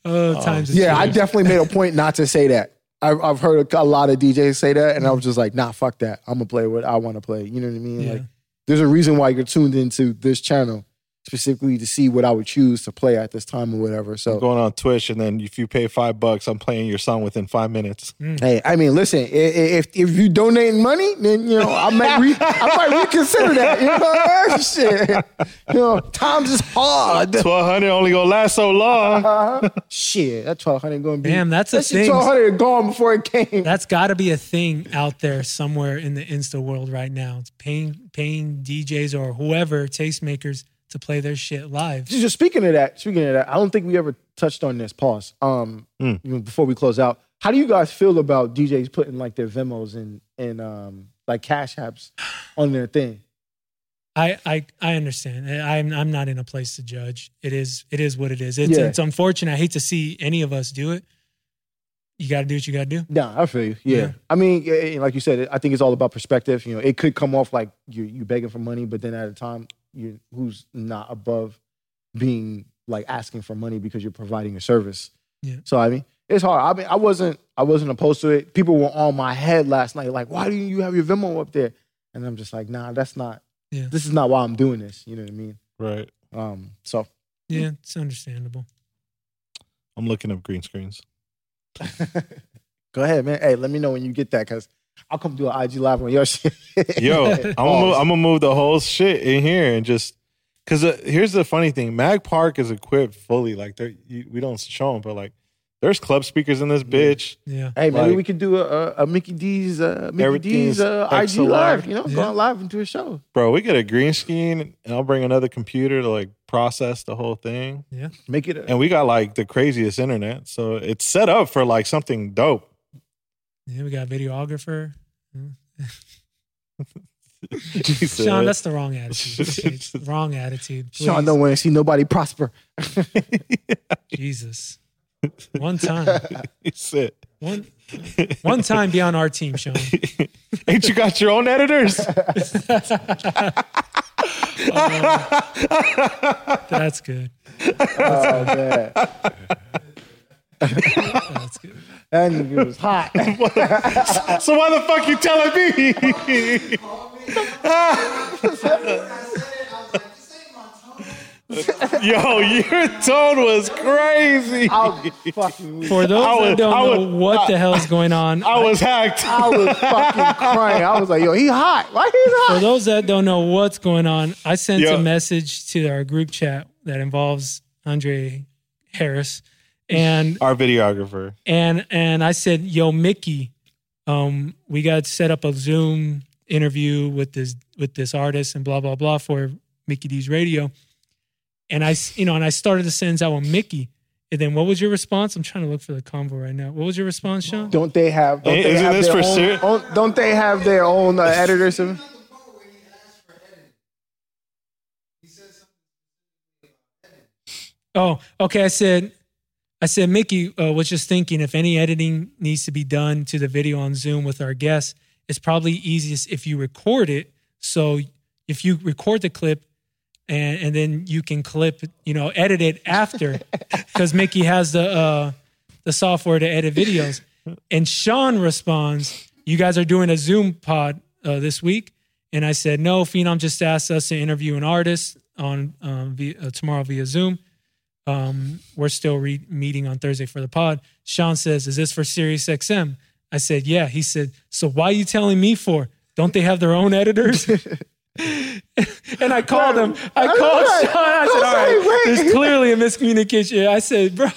S3: Oh, times is
S5: Yeah, I
S3: changed.
S5: definitely made a point not to say that. I've, I've heard a, a lot of DJs say that, and I was just like, nah, fuck that. I'm gonna play what I want to play. You know what I mean?
S3: Yeah.
S5: Like, there's a reason why you're tuned into this channel specifically to see what I would choose to play at this time or whatever. So
S4: I'm going on Twitch, and then if you pay five bucks, I'm playing your song within five minutes.
S5: Hey, I mean, listen. i- i- If if you donating money, then you know I might re- I might reconsider that. You know, shit. You know, times is hard.
S4: Twelve hundred only gonna last so long.
S5: Uh-huh. Shit, that twelve hundred going to be.
S3: Damn, that's a
S5: that shit
S3: thing.
S5: Twelve hundred gone before it came.
S3: That's got to be a thing out there somewhere in the Insta world right now. It's paying paying DJs or whoever tastemakers to play their shit live.
S5: Just speaking of that, speaking of that, I don't think we ever touched on this. Pause. Um,
S4: Mm.
S5: you know, before we close out, how do you guys feel about DJs putting like their Venmos and and um like cash apps on their thing?
S3: I I I understand. I'm I'm not in a place to judge. It is it is what it is. It's
S5: Yeah.
S3: it's unfortunate. I hate to see any of us do it. You got to do what you got to do.
S5: Nah, I feel you. Yeah.
S3: Yeah.
S5: I mean, yeah, yeah, like you said, I think it's all about perspective. You know, it could come off like you you begging for money, but then at a time, you who's not above being like asking for money because you're providing a service.
S3: Yeah.
S5: So I mean, it's hard. I mean, I wasn't I wasn't opposed to it. People were on my head last night, like, why do you have your Venmo up there? And I'm just like, nah, that's not.
S3: Yeah.
S5: This is not why I'm doing this. You know what I mean?
S4: Right.
S5: Um. So
S3: Yeah, it's understandable.
S4: I'm looking up green screens.
S5: go ahead, man. Hey, let me know when you get that because I'll come do an IG live on your shit.
S4: Yo, I'm gonna, move, I'm gonna move the whole shit in here and just because uh, here's the funny thing: Mag Park is equipped fully. Like, there you- we don't show them, but like, there's club speakers in this bitch.
S3: Yeah.
S5: Hey, maybe
S4: Like-
S5: we could do a, a, a Mickey D's uh, Mickey
S4: Everything's
S5: D's uh, IG
S4: XLR.
S5: live. You know,
S3: Yeah.
S5: going live into a show.
S4: Bro, we get a green screen, and I'll bring another computer to like process the whole thing.
S5: Make it. A,
S4: And we got like the craziest internet, so it's set up for like something dope.
S3: Yeah, we got a videographer.
S4: Jesus.
S3: Sean, that's the wrong attitude. It's the wrong attitude. Please.
S5: Sean don't want to see nobody prosper.
S3: Jesus. One time.
S4: Shit.
S3: One one time be on our team, Sean.
S4: Ain't you got your own editors?
S3: That's good.
S5: Oh man, that
S3: That's good.
S5: nigga was hot.
S4: so why the fuck you telling me? Yo, your tone was crazy. I
S5: I was fucking,
S3: For those
S4: I
S3: that
S4: would-
S3: don't
S4: I
S3: know
S4: would-
S3: what the hell is going on,
S4: was hacked.
S5: I was fucking crying. I was like, yo, he hot. Why he's
S3: for
S5: hot?
S3: those that don't know what's going on, I sent
S4: Yeah.
S3: a message to our group chat that involves Andre Harris, and
S4: Our videographer.
S3: and and I said, "Yo, Mickey, um, we got to set up a Zoom interview with this with this artist and blah blah blah for Mickey D's radio." And I, s- you know, and I started the sentence out with Mickey. And then what was your response? I'm trying to look for the convo right now. What was your response, Sean?
S5: Don't they have? Don't
S4: Hey,
S5: they
S4: isn't
S5: have
S4: this
S5: their
S4: for
S5: own,
S4: ser-
S5: own- Don't they have their own uh, editors? and-
S3: Oh, okay. I said, I said, Mickey uh, was just thinking if any editing needs to be done to the video on Zoom with our guests, it's probably easiest if you record it. So if you record the clip and, and then you can clip, you know, edit it after because Mickey has the, uh, the software to edit videos. And Sean responds, You guys are doing a Zoom pod uh, this week. And I said, No, Phenom just asked us to interview an artist on um, via, uh, tomorrow via Zoom. Um, we're still re- meeting on Thursday for the pod. Sean says, Is this for Sirius XM? I said, Yeah. He said, So why you telling me for? Don't they have their own editors? and I called him. I
S5: All
S3: called
S5: right.
S3: Sean. I said, All
S5: Don't say
S3: right,
S5: wait."
S3: there's clearly a miscommunication. I said, Bro,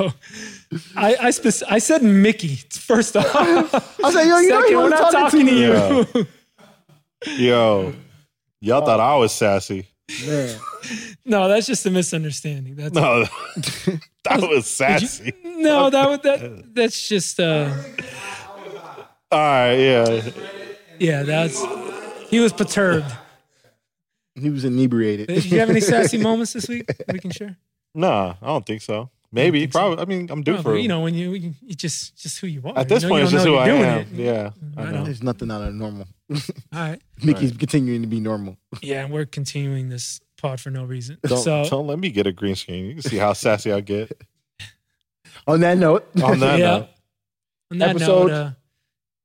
S3: I I, spec- I said Mickey first off.
S5: I was like, yo, Oh, you know he
S3: Second, we're
S5: was
S3: not talking to you.
S4: Yeah. Yo, y'all thought I was sassy.
S5: Man.
S3: No, that's just a misunderstanding. That's
S4: No, that was sassy.
S3: no, that would that that's just uh
S4: All right, yeah.
S3: Yeah, that's he was perturbed.
S5: He was inebriated.
S3: Did you have any sassy moments this week we can share?
S4: Nah, I don't think so. Maybe,
S3: think so.
S4: probably. I mean, I'm due
S3: Well,
S4: for
S3: you know when you, you it's just just who you are.
S4: At this
S3: You know,
S4: point,
S3: you
S4: it's
S3: don't
S4: just
S3: know
S4: who I
S3: you're doing
S4: am.
S3: it.
S4: Yeah,
S3: I
S4: I
S3: know.
S4: know.
S5: There's nothing out of normal.
S3: All right.
S5: Mickey's continuing to be normal.
S3: Yeah, and we're continuing this pod for no reason.
S4: Don't,
S3: so
S4: don't let me get a green screen. You can see how sassy I get.
S5: On that note,
S4: On that
S3: yeah.
S4: note,
S3: On that
S5: Episode-
S3: note, uh,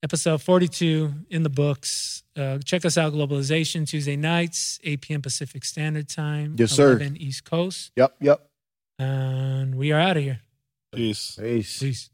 S3: episode 42 in the books. Uh, check us out, Globalization, Tuesday nights, 8 p.m. Pacific Standard Time.
S5: Yes, sir.
S3: 11 East Coast.
S5: yep, yep.
S3: And we are out of here.
S4: peace.
S5: Peace.
S3: Peace.